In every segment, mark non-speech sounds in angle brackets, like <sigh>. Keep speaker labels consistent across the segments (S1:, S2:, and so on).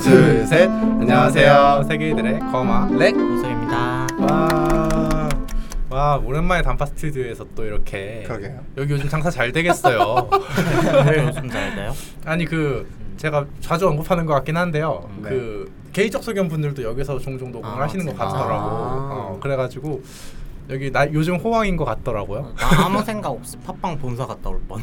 S1: 둘, 셋. 안녕하세요. 세계이들의 거마 렉.
S2: 고수입니다.
S1: 와, 와 오랜만에 단파 스튜디오에서 또 이렇게.
S3: 그러게요. 네,
S1: 여기 요즘 장사 잘 되겠어요.
S3: <laughs>
S1: 네.
S2: 왜 요즘 잘 돼요?
S1: 아니 그 제가 자주 언급하는 것 같긴 한데요.
S3: 네.
S1: 그 개인적 소견 분들도 여기서 종종 녹음을
S2: 아,
S1: 하시는 것
S2: 진짜?
S1: 같더라고.
S3: 아.
S1: 어, 그래가지고 여기 나 요즘 호황인 것
S3: 음.
S1: 같더라고요.
S2: 나 아무 생각 없이 팟빵 본사 갔다 올
S3: <laughs>
S2: 뻔.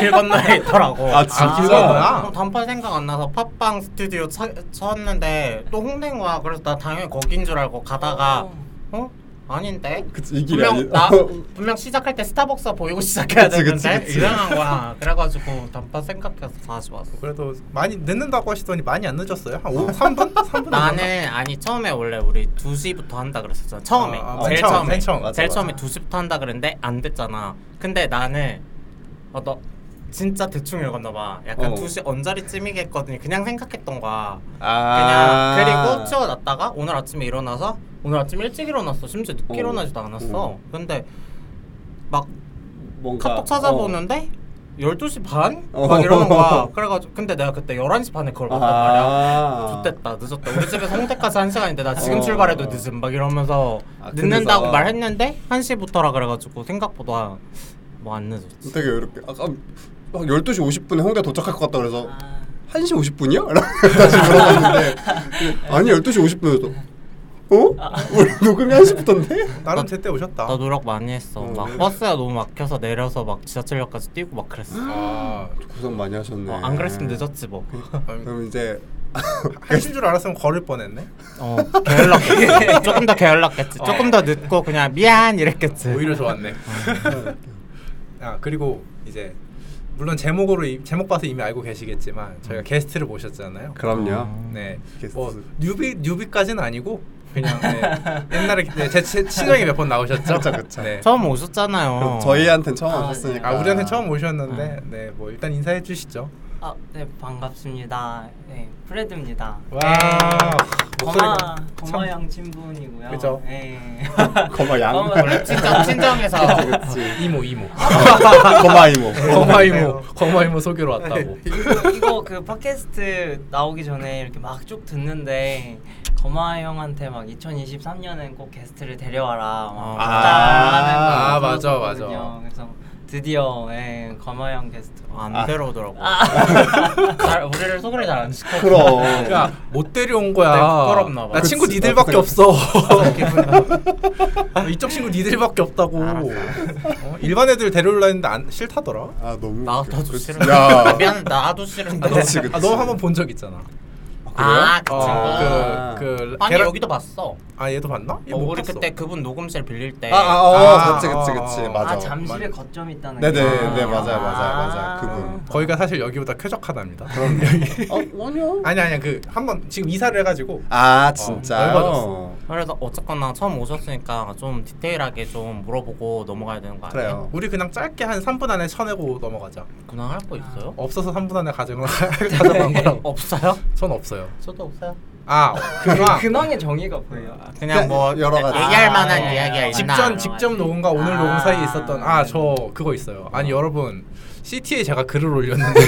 S2: 길 건너에 있더라고.
S3: 아, 진짜?
S2: 길
S1: 진짜구나.
S2: 건너. 단팔 생각 안 나서 팟빵 스튜디오 차, 쳤는데 또 홍대인 거야. 그래서 나 당연히 거긴 줄 알고 가다가 어? 아닌데?
S3: 그치, 이 길이
S2: 분명
S3: 아니- <laughs>
S2: 나 분명 시작할 때 스타벅스 보이고 시작해야
S3: 그치, 그치,
S2: 되는데
S3: 그치.
S2: 이상한 거야. 그래가지고 단팔 생각해서 다시 왔어.
S1: 그래도 많이 늦는다고 하시더니 많이 안 늦었어요. 한
S3: 아.
S1: 5, 3분?
S3: <laughs>
S1: 3분?
S2: 나는 아니 처음에 원래 우리 2시부터 한다 그랬었잖아 처음에
S1: 아,
S2: 제일
S1: 맨 처음,
S2: 처음에
S1: 맨 처음.
S3: 맞아,
S2: 제일
S3: 맞아.
S2: 처음에 2시부터 한다 그랬는데 안 됐잖아 근데 나는 어너 진짜 대충 읽었나 봐 약간
S3: 어.
S2: 2시 언저리쯤이겠거든 그냥 생각했던 거야
S3: 아.
S2: 그냥 그리고 치워놨다가 오늘 아침에 일어나서 오늘 아침 일찍 일어났어 심지어 늦게
S3: 어.
S2: 일어나지도 않았어
S3: 어.
S2: 근데 막
S3: 뭔가
S2: 카톡 찾아보는데 12시 반?
S3: 어.
S2: 막 이러는 거야 그래가지고 근데 내가 그때 11시 반에 그걸 봤단 말이야
S3: 아.
S2: 아. 좋됐다 늦었다 우리
S3: <laughs>
S2: 집에서 홍대까지 한 시간인데 나 지금
S3: 어.
S2: 출발해도 늦음 막 이러면서
S3: 아, 근데서-
S2: 늦는다고 말했는데 1시부터라 그래가지고 생각보다 뭐 안 늦었지
S3: 되게 이렇게 아까 한 12시 50분에 홍대 도착할 것 같다 그래서 1시 50분이야? 다시 물어봤는데 아니 12시 50분이었어. 어? 우리 녹음이 1시부터인데?
S1: 나름 제때 오셨다.
S2: 나 노력 많이 했어
S3: 어,
S2: 막
S3: 네.
S2: 버스가 너무 막혀서 내려서 막 지하철역까지 뛰고 막 그랬어
S1: 아,
S3: 고생 많이 하셨네.
S2: 어, 안 그랬으면 늦었지
S3: <laughs>
S2: 뭐
S3: 그럼 이제
S1: 하실 줄 알았으면 걸을 뻔했네.
S2: 어,
S3: <laughs>
S2: 게을렀겠지 조금 더 게을렀겠지 조금 더 늦고 그냥 미안 이랬겠지
S1: 오히려 좋았네. 아 그리고 이제 물론 제목으로 이- 제목 봐서 이미 알고 계시겠지만 저희가 게스트를 모셨잖아요.
S3: 그럼요.
S1: 네,
S3: 게스트.
S1: 뭐 뉴비 뉴비까지는 아니고 그냥 네. 옛날에 네, 제, 제 친형이 몇 번 나오셨죠.
S3: 그쵸, 그쵸.
S1: 네.
S2: 처음 오셨잖아요
S3: 그럼 저희한텐 처음
S4: 아,
S3: 오셨으니까.
S1: 아 우리한테 처음 오셨는데 네 뭐 일단 인사해 주시죠.
S4: 아, 네 반갑습니다. 네 프레드입니다.
S1: 와 네. 목소리가
S4: 거마 거마
S1: 참-
S4: 양 친분이고요.
S1: 그죠?
S4: 네.
S3: <laughs> 거마 양.
S4: 거마
S2: 원래 친정
S3: <laughs>
S2: 친정에서
S1: 이모 이모
S3: 아, 거마 이모. 뭐.
S1: 거마 이모 거마 이모 소개로 왔다고.
S4: 이거, 이거 그 팟캐스트 나오기 전에 이렇게 막 쭉 듣는데 거마 형한테 막 2023년엔 꼭 게스트를 데려와라 막
S2: 아.
S4: 부탁하는
S1: 아,
S4: 거
S1: 맞아,
S4: 들었거든요.
S1: 맞아.
S4: 그래서 드디어 예, 거마 형 게스트. 아,
S2: 안
S3: 아.
S2: 데려오더라고
S4: 잘, 우리를 소개를 잘 안 시켜.
S3: 그럼.
S1: 야 못 데려온 거야.
S2: 나 부끄럽나 봐.
S1: 나 친구
S3: 그치,
S1: 니들밖에
S3: 나도
S1: 없어. <laughs> 이쪽 친구 니들밖에 없다고.
S2: 아,
S1: 어, 일반 애들 데려올라 했는데 안, 싫다더라.
S3: 아 너무.
S2: 나도
S3: 웃겨.
S2: 싫은데 아,
S3: 야. 아,
S2: 미안 나도 싫은데
S3: 그치, 그치.
S1: 아, 너 한 번 본 적 있잖아.
S2: 아, 그
S1: 어,
S3: 아.
S1: 그, 그
S2: 아니
S1: 계란-
S2: 여기도 봤어.
S1: 아 얘도 봤나? 얘
S2: 어,
S1: 못
S2: 우리
S1: 봤어.
S2: 그때 그분 녹음실 빌릴 때.
S3: 아, 아, 어,
S1: 아,
S3: 그치, 그치,
S1: 어,
S3: 그치,
S1: 어.
S3: 맞아.
S4: 아 잠실에 거점 있다는.
S3: 네네,
S4: 게.
S3: 네, 맞아요, 맞아요, 맞아요.
S4: 아.
S3: 그분.
S1: 거기가 사실 여기보다 쾌적하답니다.
S3: 어, 아니요.
S1: <laughs> 아니 아니야 그 한 번 지금 이사를 해가지고
S3: 아, 진짜.
S1: 넓어졌어.
S2: 그래서 어쨌거나 처음 오셨으니까 좀 디테일하게 좀 물어보고 넘어가야 되는 거 아니에요?
S3: 그래요.
S1: 우리 그냥 짧게 한 3분 안에 쳐내고 넘어가자.
S2: 그냥 할 거 있어요?
S1: 없어서 3분 안에 가정을 <laughs>
S2: <laughs>
S1: 가져간 거라고.
S2: 없어요?
S1: 전 없어요.
S2: 저도 없어요.
S1: 아 그거
S4: 근황의 정의가 보여요.
S2: 그냥 뭐
S3: 여러 가지.
S2: 얘기할
S4: 아,
S2: 만한
S4: 예.
S2: 이야기가 있나?
S1: 직전 직접 녹음과 오늘
S4: 아.
S1: 녹음 사이에 있었던 아 저 그거 있어요. 아니 여러분 CT에 제가 글을 올렸는데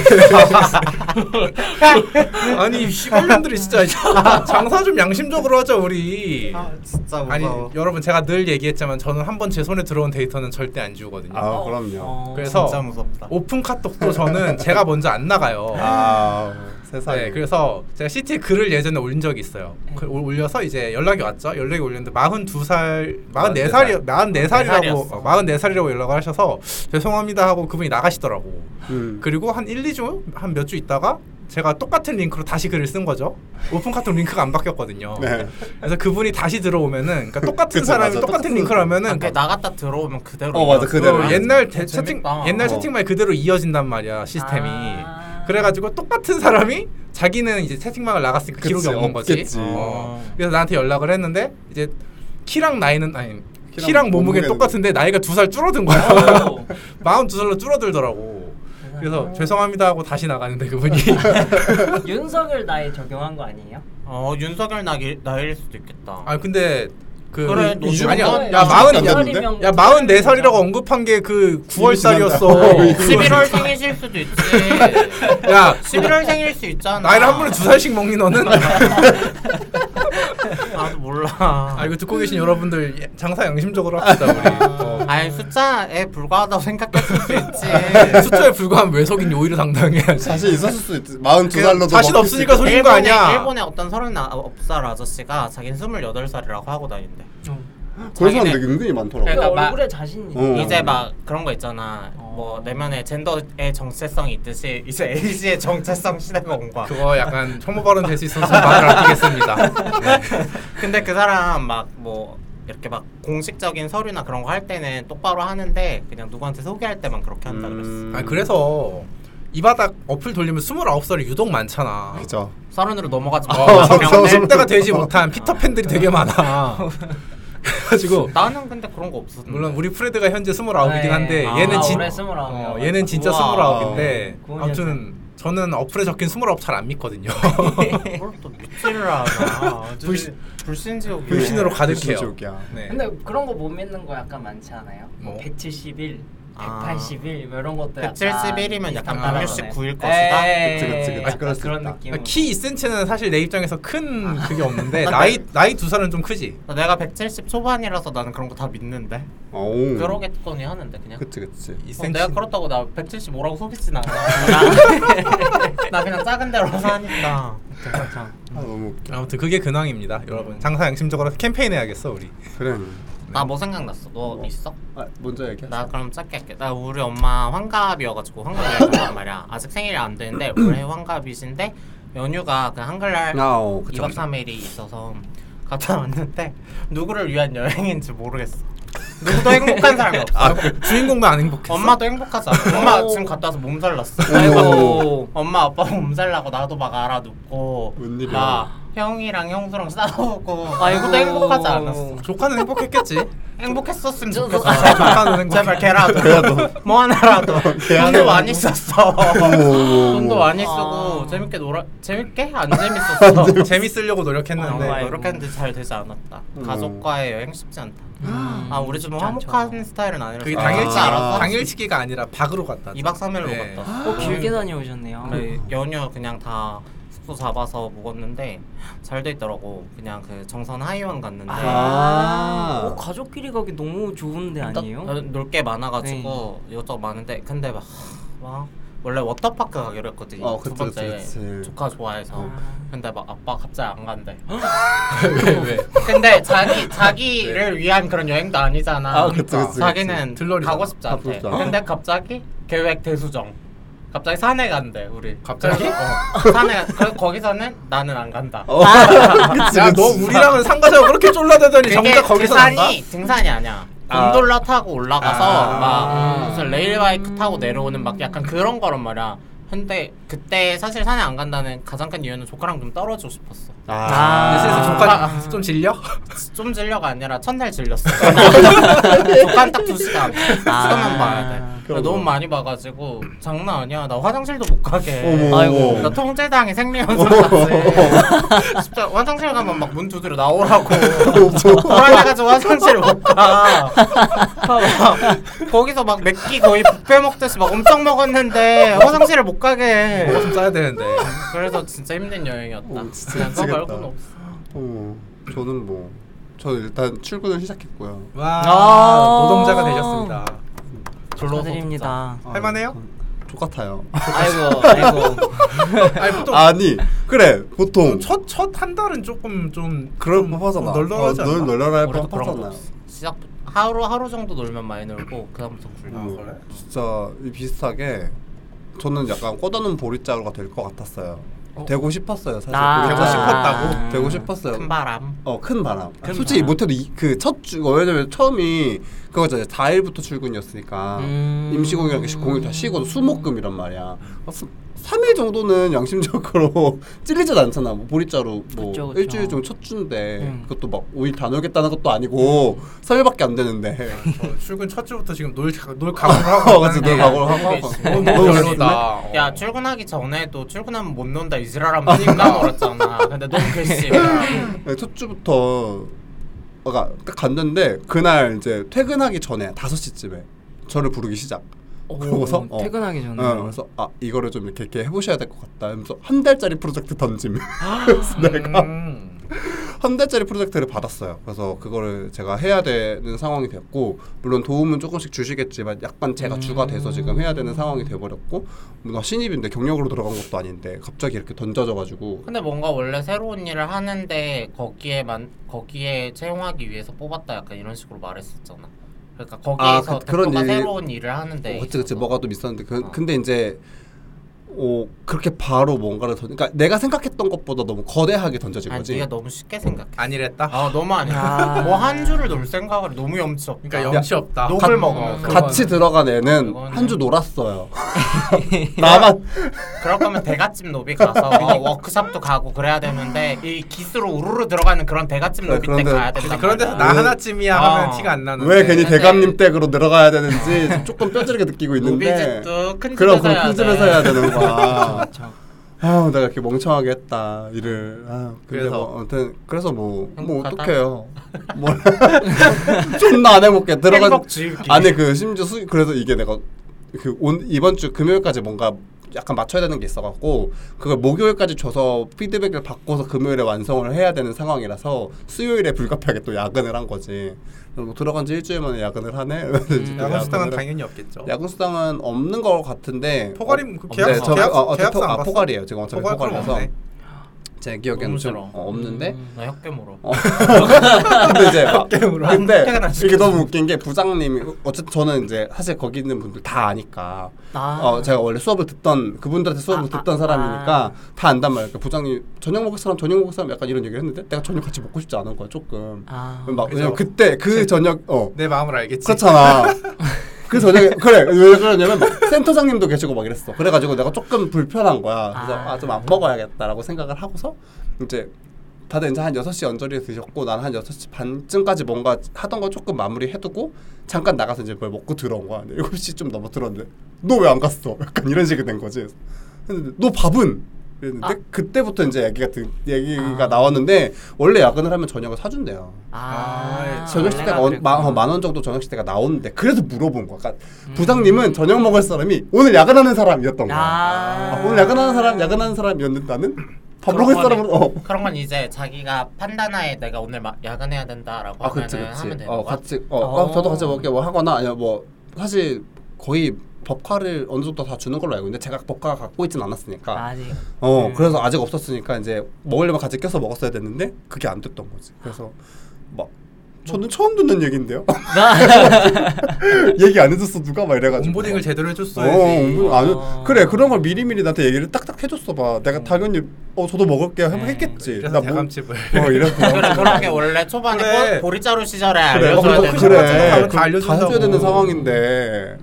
S1: 아니 시골놈들이 진짜 <laughs> 장사 좀 양심적으로 하자 우리.
S3: 진짜
S1: 아니 여러분 제가 늘 얘기했지만 저는 한 번 제 손에 들어온 데이터는 절대 안 지우거든요.
S3: 아, 그럼요.
S2: 어,
S1: 그래서-
S2: 진짜 무섭다.
S1: 오픈 카톡도 저는 제가 먼저 안 나가요.
S3: 아, 세상에.
S1: 네, 그래서 제가 CT 글을 예전에 올린 적이 있어요. 글 올- 올려서 이제 연락이 왔죠. 연락이 올렸는데 42살, 44살이 44살이라고 어, 44살이라고 연락을 하셔서 죄송합니다 하고 그분이 나가시더라고.
S3: 음.
S1: 그리고 한 1, 2주 한 몇 주 있다가 제가 똑같은 링크로 다시 글을 쓴 거죠. 오픈 카톡 링크가 안 바뀌었거든요.
S3: 네.
S1: 그래서 그분이 다시 들어오면은 그러니까 똑같은
S3: 그쵸,
S1: 사람이
S3: 맞아.
S1: 똑같은
S3: 똑같은-
S1: 링크라면은
S2: 아, 그 나갔다 들어오면 그대로.
S3: 어, 맞아,
S2: 이어져.
S3: 그대로.
S1: 어,
S3: 아,
S1: 옛날 대- 채팅
S2: 재밌다.
S1: 옛날
S3: 어.
S1: 채팅만 그대로 이어진단 말이야 시스템이.
S4: 아.
S1: 그래가지고 똑같은 사람이 자기는 이제 채팅방을 나갔으니까 기록이
S3: 그치,
S1: 없는
S3: 없겠지.
S1: 거지. 어. 그래서 나한테 연락을 했는데 이제 키랑 나이는 아니 키랑,
S3: 키랑
S1: 몸무게는
S3: 몸무게는- 뭐.
S1: 똑같은데 나이가 두 살 줄어든 거야. <laughs> 마흔 두 살로 줄어들더라고. 그래서 죄송합니다 하고 다시 나가는데 그분이
S4: 윤석열 나이 어, 적용한 거 아니에요?
S2: 어 윤석열 나일 나일 수도 있겠다.
S1: 아 근데 그
S2: 그래,
S1: 이- 이주-
S2: 노숙.
S1: 아니야
S2: 어,
S1: 야
S3: 노숙
S1: 마흔
S3: 안
S1: 야
S3: 됐는데?
S1: 야 마흔 네 살이라고 언급한 게 그 9월
S3: <laughs> 네.
S1: 달이었어.
S2: 11월 생일일 수도 있지.
S1: 야
S2: 11월 생일 수 있잖아.
S1: 나이를 한 번에 두 살씩 먹니 너는?
S2: 나도 몰라.
S1: <laughs> 아 이거 듣고 계신 여러분들 예, 장사 양심적으로 합시다 우리. 어.
S2: 아예 숫자에 불과하다고 생각했을 수 있지.
S1: <laughs> 숫자에 불과한 외석인 요일을 당당해야지.
S3: 자신 있었을 수도 있지. 마흔 두
S1: 그
S3: 살로도
S1: 자신
S3: 먹힐 수
S1: 없으니까
S3: 있-
S1: 소리- 소리인 거
S2: 일본의
S1: 아니야.
S2: 일본의 어떤 서른아홉 살 아저씨가 자기는 스물여덟 살이라고 하고 다닌대.
S3: 그런 사람
S2: 자기네-
S3: 되게 은근히 많더라고.
S2: 그러니까
S4: 그러니까
S2: 막-
S4: 얼굴에 자신이
S3: 어.
S4: 있-
S2: 이제 막 그런 거 있잖아.
S4: 어.
S2: 뭐 내면에 젠더의 정체성이 있듯이 이제 AG의 정체성 시대가 온 거야.
S1: 그거 약간 혐오 발언 될 수 있어서 말을 아끼겠습니다. 네.
S2: 근데 그 사람 막 뭐 이렇게 막 공식적인 서류나 그런 거 할 때는 똑바로 하는데 그냥 누구한테 소개할 때만 그렇게 한다 그랬어.
S1: 아 그래서 이 바닥 어플 돌리면 29살이 유독 많잖아.
S3: 그죠.
S2: 서른으로 넘어가지 마.
S1: 어,
S3: 서른,
S1: 낼 때가
S3: 서른.
S1: 되지 못한 피터팬들이 되게 많아. 그래가지고
S2: 나는 근데 그런 거 없었는데.
S1: 물론 우리 프레드가 현재 29이긴 한데
S4: 네.
S1: 얘는
S2: 아,
S1: 진
S4: 올해 29
S1: 어,
S4: 이에요.
S1: 얘는 진짜
S2: 우와.
S1: 29인데
S4: 구원이었네.
S1: 아무튼 저는 어플에 적힌 29 잘 안
S2: <laughs>
S1: 믿거든요. <laughs>
S2: 뭘또 미치를 하나. 불신 불신지옥.
S1: 불신으로 가득해요.
S3: 지옥이야.
S1: 네.
S4: 근데 그런 거 못 믿는 거 약간 많지 않아요?
S1: 뭐?
S4: 뭐 171,
S2: 아.
S4: 181, 뭐 이런 것도 약간
S2: 171 이면 약간
S4: 비슷한
S2: 169일
S4: 단어잖아요.
S2: 것이다?
S4: 에이,
S3: 그치, 그치, 그치.
S4: 약간
S3: 그럴 수
S4: 그런
S3: 있다.
S4: 느낌.
S1: 그러니까 아, 키 2cm는 사실 내 입장에서 큰 그게 없는데
S2: <laughs> 아,
S1: 나이
S2: 네. 어,
S1: 나이 두 살은 좀 크지.
S2: 내가 170 초반이라서 나는 그런 거 다 믿는데.
S3: 어, 오.
S2: 그러겠거니 하는데 그냥.
S3: 음. 그치 그치.
S1: 2cm.
S2: 어, 내가 그렇다고 나 175라고 소비진 않아. 나- 나 그냥 작은 데로 사니까.
S3: 아 너무 웃겨.
S1: 아무튼 그게 근황입니다,
S2: 음.
S1: 여러분. 장사 양심적으로 캠페인 해야겠어
S2: <laughs>
S1: 우리.
S3: 그래.
S2: 나 뭐 생각났어? 너 있어?
S3: 아 먼저 얘기해.
S2: 나 그럼 짧게 할게. 나 우리 엄마 환갑이어가지고 환갑이란 말이야. 아직 생일이 안 되는데 올해 환갑이신데 연휴가 그 한글날
S3: 아오.
S2: 2박 3일이 있어서 갔다 왔는데 누구를 위한 여행인지 모르겠어. 누구도 행복한 사람이
S1: <laughs>
S2: 없어.
S1: 아, 그 주인공만 안 행복했어.
S2: 엄마도 행복하지 않아. 엄마 지금 갔다 와서 몸살 났어.
S3: 아이고.
S2: 엄마 아빠 몸살 나고 나도 막 알아눕고
S3: 웬일이야.
S2: 막 형이랑 형수랑 싸우고 아 이것도 행복하지 않았어.
S1: 조카는
S2: <laughs>
S1: 행복했겠지.
S2: 행복했었으면
S1: 아, <laughs>
S2: 좋겠어. <laughs>
S1: 조카는 행복.
S2: 제발 걔라도 뭐 하나라도 돈도 많이 썼어
S3: 어머.
S2: 돈도 많이 쓰고 재밌게 놀아 재밌게 안
S1: <laughs>
S2: 재밌었어
S1: 재밌으려고
S4: 아,
S2: 어,
S1: 노력했는데.
S2: 이렇게 했는데 잘 되지 않았다
S3: 음.
S2: 가족과의 여행 쉽지 않다
S4: 음,
S2: 아 우리 집은
S4: 쉽지 않죠.
S2: 화목한 스타일은 아니라서
S1: 그게
S3: 아.
S1: 당일치
S3: 알아서
S1: 아, 당일치기가 아니라 박으로 갔다.
S2: 2박 3일로
S1: 네.
S2: <laughs> 갔다
S4: 어, 길게 다녀오셨네요.
S2: 그래, 연휴 그냥 다 숙소 잡아서 묵었는데 잘 돼 있더라고 그냥 그 정선 하이원 갔는데
S4: 아.
S3: 아.
S4: 어, 가족끼리 가기 너무 좋은데 아니에요? 네.
S2: 놀 게 많아가지고 이것저것 많은데 근데 막, 막 원래 워터파크 가기로 했거든
S3: 어,
S2: 두
S3: 그치, 그치,
S2: 번째
S3: 그치.
S2: 조카 좋아해서 근데 막 아빠 갑자기 안 간대 <laughs>
S1: 왜 왜?
S3: <laughs>
S2: 근데 자기 자기를 위한 그런 여행도 아니잖아
S3: 네. 아, 그치, 그치,
S2: 자기는
S1: 그치. 들러리잖아.
S2: 가고 싶지
S3: 가고
S2: 않대
S3: 싶지 않아.
S2: 근데 갑자기 계획 대수정 갑자기 산에 간대 우리
S1: 갑자기?
S3: <laughs>
S2: 어, 산에 그, 거기서는 나는 안 간다
S3: 어. 그치
S1: 아, 야, 너
S3: 그치.
S1: 우리랑은 상가자고 그렇게 쫄라대더니
S2: 그게
S1: 정작 거기서 안 가?
S2: 등산이 등산이 아니야.
S3: 아.
S2: 곤돌라 타고 올라가서
S3: 아.
S2: 막 무슨 레일바이크 타고 내려오는 막 약간 그런 거란 말이야. 근데 그때 사실 산에 안 간다는 가장 큰 이유는 조카랑 좀 떨어지고 싶었어.
S3: 아.
S1: 근데 슬슬 조카 좀 질려?
S2: 좀 질려가 아니라 첫날 질렸어. 조카는 딱 두 시간. 시간만 봐야 돼.
S3: 그럼.
S2: 너무 많이 봐가지고 장난 아니야. 나 화장실도 못 가게.
S3: 어머.
S2: 아이고 나 통제당해 생리현상까지. 진짜 화장실 가면 막 문 두드려 나오라고.
S3: 뭐.
S2: 돌아가가지고 화장실 못 가. 막 거기서 막 맥기 거의 뷔페 먹듯이 막 엄청 먹었는데 화장실을 못 가게.
S1: 뭐좀 짜야 되는데.
S2: 그래서 진짜
S3: <laughs>
S2: 힘든 여행이었다.
S3: 오, 어, 진짜
S2: 그냥 그거
S3: 미치겠다.
S2: 말고는 없어.
S3: 어머. 저는 뭐. 저는 일단 출근을 시작했고요.
S1: 와
S4: 아.
S1: 노동자가 되셨습니다.
S4: 축하드립니다.
S3: 아,
S1: 할만해요?
S3: 똑같아요.
S4: 아이고, 아이고.
S1: 아니 보통
S3: 아니 그래 보통
S1: 첫첫한 달은 조금 좀
S3: 그럴
S1: 좀
S3: 법하잖아.
S1: 널널하지
S3: 어,
S1: 않나?
S3: 널 널널할 음.
S2: 올해도 그런 거
S3: 법하잖아.
S2: 없어. 시작 하루 하루 정도 놀면 많이 놀고 아, 그다음부터 굴려.
S3: 음,
S1: 그래?
S3: 진짜 이 비슷하게 저는 약간 꽃다는 보리자루가 될 것 같았어요. 되고 싶었어요 사실.
S4: 아.
S3: 보리자루.
S1: 되고 싶었다고?
S3: 되고 싶었어요.
S2: 큰 바람.
S3: 어, 큰 바람.
S4: 큰
S3: 솔직히
S4: 바람.
S3: 못해도 그 첫 주, 어, 왜냐면 처음이 그거잖아요. 4일부터 출근이었으니까
S4: 음.
S3: 임시공휴일 이렇게 공휴일 다 쉬고 수목금이란 말이야. 어, 3일 정도는 양심적으로 <laughs> 찔리진 않잖아. 뭐 보리자루 뭐
S4: 그쵸, 그쵸.
S3: 일주일 정도 첫 주인데
S4: 음.
S3: 그것도 막 5일 다 놀겠다는 것도 아니고 3일밖에 안
S4: <laughs>
S3: 되는데.
S1: 저 어, 출근 첫 주부터 지금 놀놀 각오를
S3: 어,
S1: 하고
S3: 맞아, 놀 각오를 하고
S1: 하고
S3: 하고.
S1: 너무
S3: 너무
S1: 별로다. 어.
S2: 야 출근하기 전에도 출근하면 못
S3: <laughs>
S2: 논다 이지랄하면 띵나 버렸잖아. 근데 너무 괘씸해.
S3: 네, 첫 주부터 그러니까 딱 갔는데 그날 이제 퇴근하기 전에 5시쯤에 저를 부르기 시작. 그러고서 어.
S4: 퇴근하기 전에
S3: 어, 그래서 아 이거를 좀 이렇게, 이렇게 해보셔야 될 것 같다. 하면서 한 달짜리 프로젝트 던짐.
S4: 아.
S3: <laughs> 그래서 내가
S1: 음.
S3: 한 달짜리 프로젝트를 받았어요. 그래서 그거를 제가 해야 되는 상황이 됐고 물론 도움은 조금씩 주시겠지만 약간 제가 주가
S4: 음.
S3: 돼서 지금 해야 되는 상황이 돼버렸고 나 신입인데 경력으로 들어간 것도 아닌데 갑자기 이렇게 던져져가지고
S2: 근데 뭔가 원래 새로운 일을 하는데 거기에만 거기에 채용하기 위해서 뽑았다 약간 이런 식으로 말했었잖아. 그러니까 거기에서
S3: 그- 그런
S2: 대표가
S3: 일-
S2: 새로운 일을 하는데
S3: 어, 그치 그치
S2: 있어서.
S3: 뭐가 좀 있었는데 그,
S2: 네, 어.
S3: 근데 이제 어, 그렇게 바로 뭔가를 던 그러니까 내가 생각했던 것보다 너무 거대하게 던져진
S2: 아니
S3: 거지.
S2: 네가 너무 쉽게 생각해.
S1: 아니랬다.
S2: 아 너무 아니야.
S4: 아.
S2: 뭐 한 줄을 놀 생각을 너무 염치 없다.
S1: 그러니까 염치 없다.
S2: 녹을
S1: 가-
S2: 먹으면서.
S1: 어, 그거는.
S3: 같이 들어간 애는
S2: 그거는-
S3: 한 주
S2: <laughs>
S3: 놀았어요. 나만
S2: 그럴 거면 대갓집 노비
S3: <laughs>
S2: 가서 어, 워크숍도 가고 그래야 되는데 이 기수로 우르르 들어가는 그런 대갓집
S3: 그래,
S2: 노비 때
S3: 그런데-
S2: 가야 된다.
S1: 그런 데서 나
S3: 왜-
S1: 하나쯤이야
S2: 아.
S1: 하면 티가 안 나는데.
S3: 왜 괜히
S2: 근데-
S3: 대감님 댁으로 내려가야 되는지 조금 뼈저리게
S2: <laughs>
S3: 느끼고 있는데
S2: 노비집도 큰
S3: 그럼 그럼 큰
S2: 집에서 해야 돼. 그렇죠.
S3: 집에서 해야 되는
S2: <laughs>
S3: 거야. 아, 내가 이렇게 멍청하게 했다 일을. 아, 근데
S1: 그래서?
S3: 뭐 아무튼 그래서 뭐뭐
S2: 행복하다.
S3: 어떡해요. 뭐 <laughs> 존나 안 행복해. 들어간
S2: 행복 지우기.
S3: 안에 그 심지어 수 그래서 이게 내가 그 온 이번 주 금요일까지 뭔가 약간 맞춰야 되는 게 있어갖고 그걸 목요일까지 줘서 피드백을 바꿔서 금요일에 완성을 해야 되는 상황이라서 수요일에 불가피하게 또 야근을 한 거지. 뭐 들어간 지 일주일 만에 야근을 하네. 이러면서 <laughs> 또
S1: 음, 야근 수당은
S3: 야근을
S1: 당연히 없겠죠.
S3: 야근 수당은 없는 것 같은데
S1: 포괄임 그
S3: 어,
S1: 계약서
S3: 네, 저-
S1: 계약,
S3: 어, 어,
S1: 계약서
S3: 포-
S1: 안
S3: 아,
S1: 봤어?
S3: 포괄이에요 지금 어차피
S1: 포괄 그럼
S3: 포괄이라서
S1: 없네.
S3: 제
S2: 너무
S3: 기억에는 좀
S2: 싫어.
S3: 어, 없는데
S2: 음, 나 혁개물어.
S3: 어. 근데 이제 막-
S4: <laughs>
S3: 근데
S2: 퇴근 안 시켜줘.
S3: 이게 너무 웃긴 게 부장님이 어쨌든 저는 이제 사실 거기 있는 분들 다 아니까
S4: 아.
S3: 어 제가 원래 수업을 듣던 그분들한테 수업을
S4: 아,
S3: 듣던
S4: 아,
S3: 사람이니까
S4: 아.
S3: 다 안단 말이야. 그러니까 부장님 저녁 먹을 사람 저녁 먹을 사람 약간 이런 얘기를 했는데 내가 저녁 같이 먹고 싶지 않은 거야 조금.
S4: 아.
S3: 막 왜냐면
S1: 그죠.
S3: 그때 그 저녁 어
S1: 내 마음을 알겠지.
S4: <laughs>
S3: 그렇잖아. 그 저녁에 그래 왜 그러냐면 막 센터장님도 계시고 막 이랬어. 그래가지고 내가 조금 불편한 거야. 그래서
S4: 아.
S3: 아 좀 안 먹어야겠다라고 생각을 하고서 이제 다들 이제 한 6시 언저리에 드셨고 나는 한 6시 반쯤까지 뭔가 하던 거 조금 마무리해두고 잠깐 나가서 이제 뭘 먹고 들어온 거야. 근데 7시 좀 넘어 들었는데 너 왜 안 갔어? 약간 이런 식이 된 거지. 근데 너 밥은? 그랬는데 그때부터 이제 얘기가 드- 얘기가
S4: 아.
S3: 나왔는데 원래 야근을 하면 저녁을 사준대요.
S4: 아.
S3: 저녁 식대가 어, 마- 어, 만원 정도 저녁 식대가 나오는데 그래서 물어본 거야. 그러니까
S2: 음.
S3: 부장님은 저녁 먹을 사람이 오늘 야근하는 사람이었던 거야.
S4: 아.
S3: 아, 오늘 야근하는 사람 야근하는 사람이었는데 나는 밥 먹을 사람으로 어.
S2: 그런 건 이제 자기가 판단하에 내가 오늘 막 야근해야 된다라고
S3: 아
S2: 하면은
S3: 그치 그치.
S2: 하면 되는
S3: 어
S2: 거야.
S3: 같이 어, 어,
S4: 어.
S3: 저도 같이 먹게 뭐 하거나 아니면 뭐 사실 거의 법카를 어느 정도 다 주는 걸로 알고 있는데 제가 법카 갖고 있진 않았으니까.
S4: 아직.
S3: 어
S2: 음.
S3: 그래서 아직 없었으니까 이제 먹으려면 같이 껴서 먹었어야 됐는데 그게 안 됐던 거지. 그래서 막 저는 처음 듣는 얘긴데요. <laughs> 얘기 안 해줬어 누가 막 이래가지고
S1: 온보딩을 제대로
S3: 어,
S1: 해줬어야지.
S3: 온보딩 안 해-
S4: 아.
S3: 그래 그런 걸 미리미리 나한테 얘기를 딱딱 해줬어 봐 내가 당연히 어 저도 먹을게 해-
S4: 네.
S3: 했겠지
S1: 그래서
S3: 나
S1: 대감집을.
S3: 뭐, 어 이래서 어, <laughs>
S2: 그래 아, 그런 게 원래 초반에
S1: 그래.
S2: 보- 보리자루 시절에
S3: 그래
S1: 알려줘야
S3: 그래
S1: 되는 거지.
S3: 그래 그럼
S2: 알려줘야 되는
S1: 다
S3: 다 해줘야
S1: 알려준다고.
S3: 되는 상황인데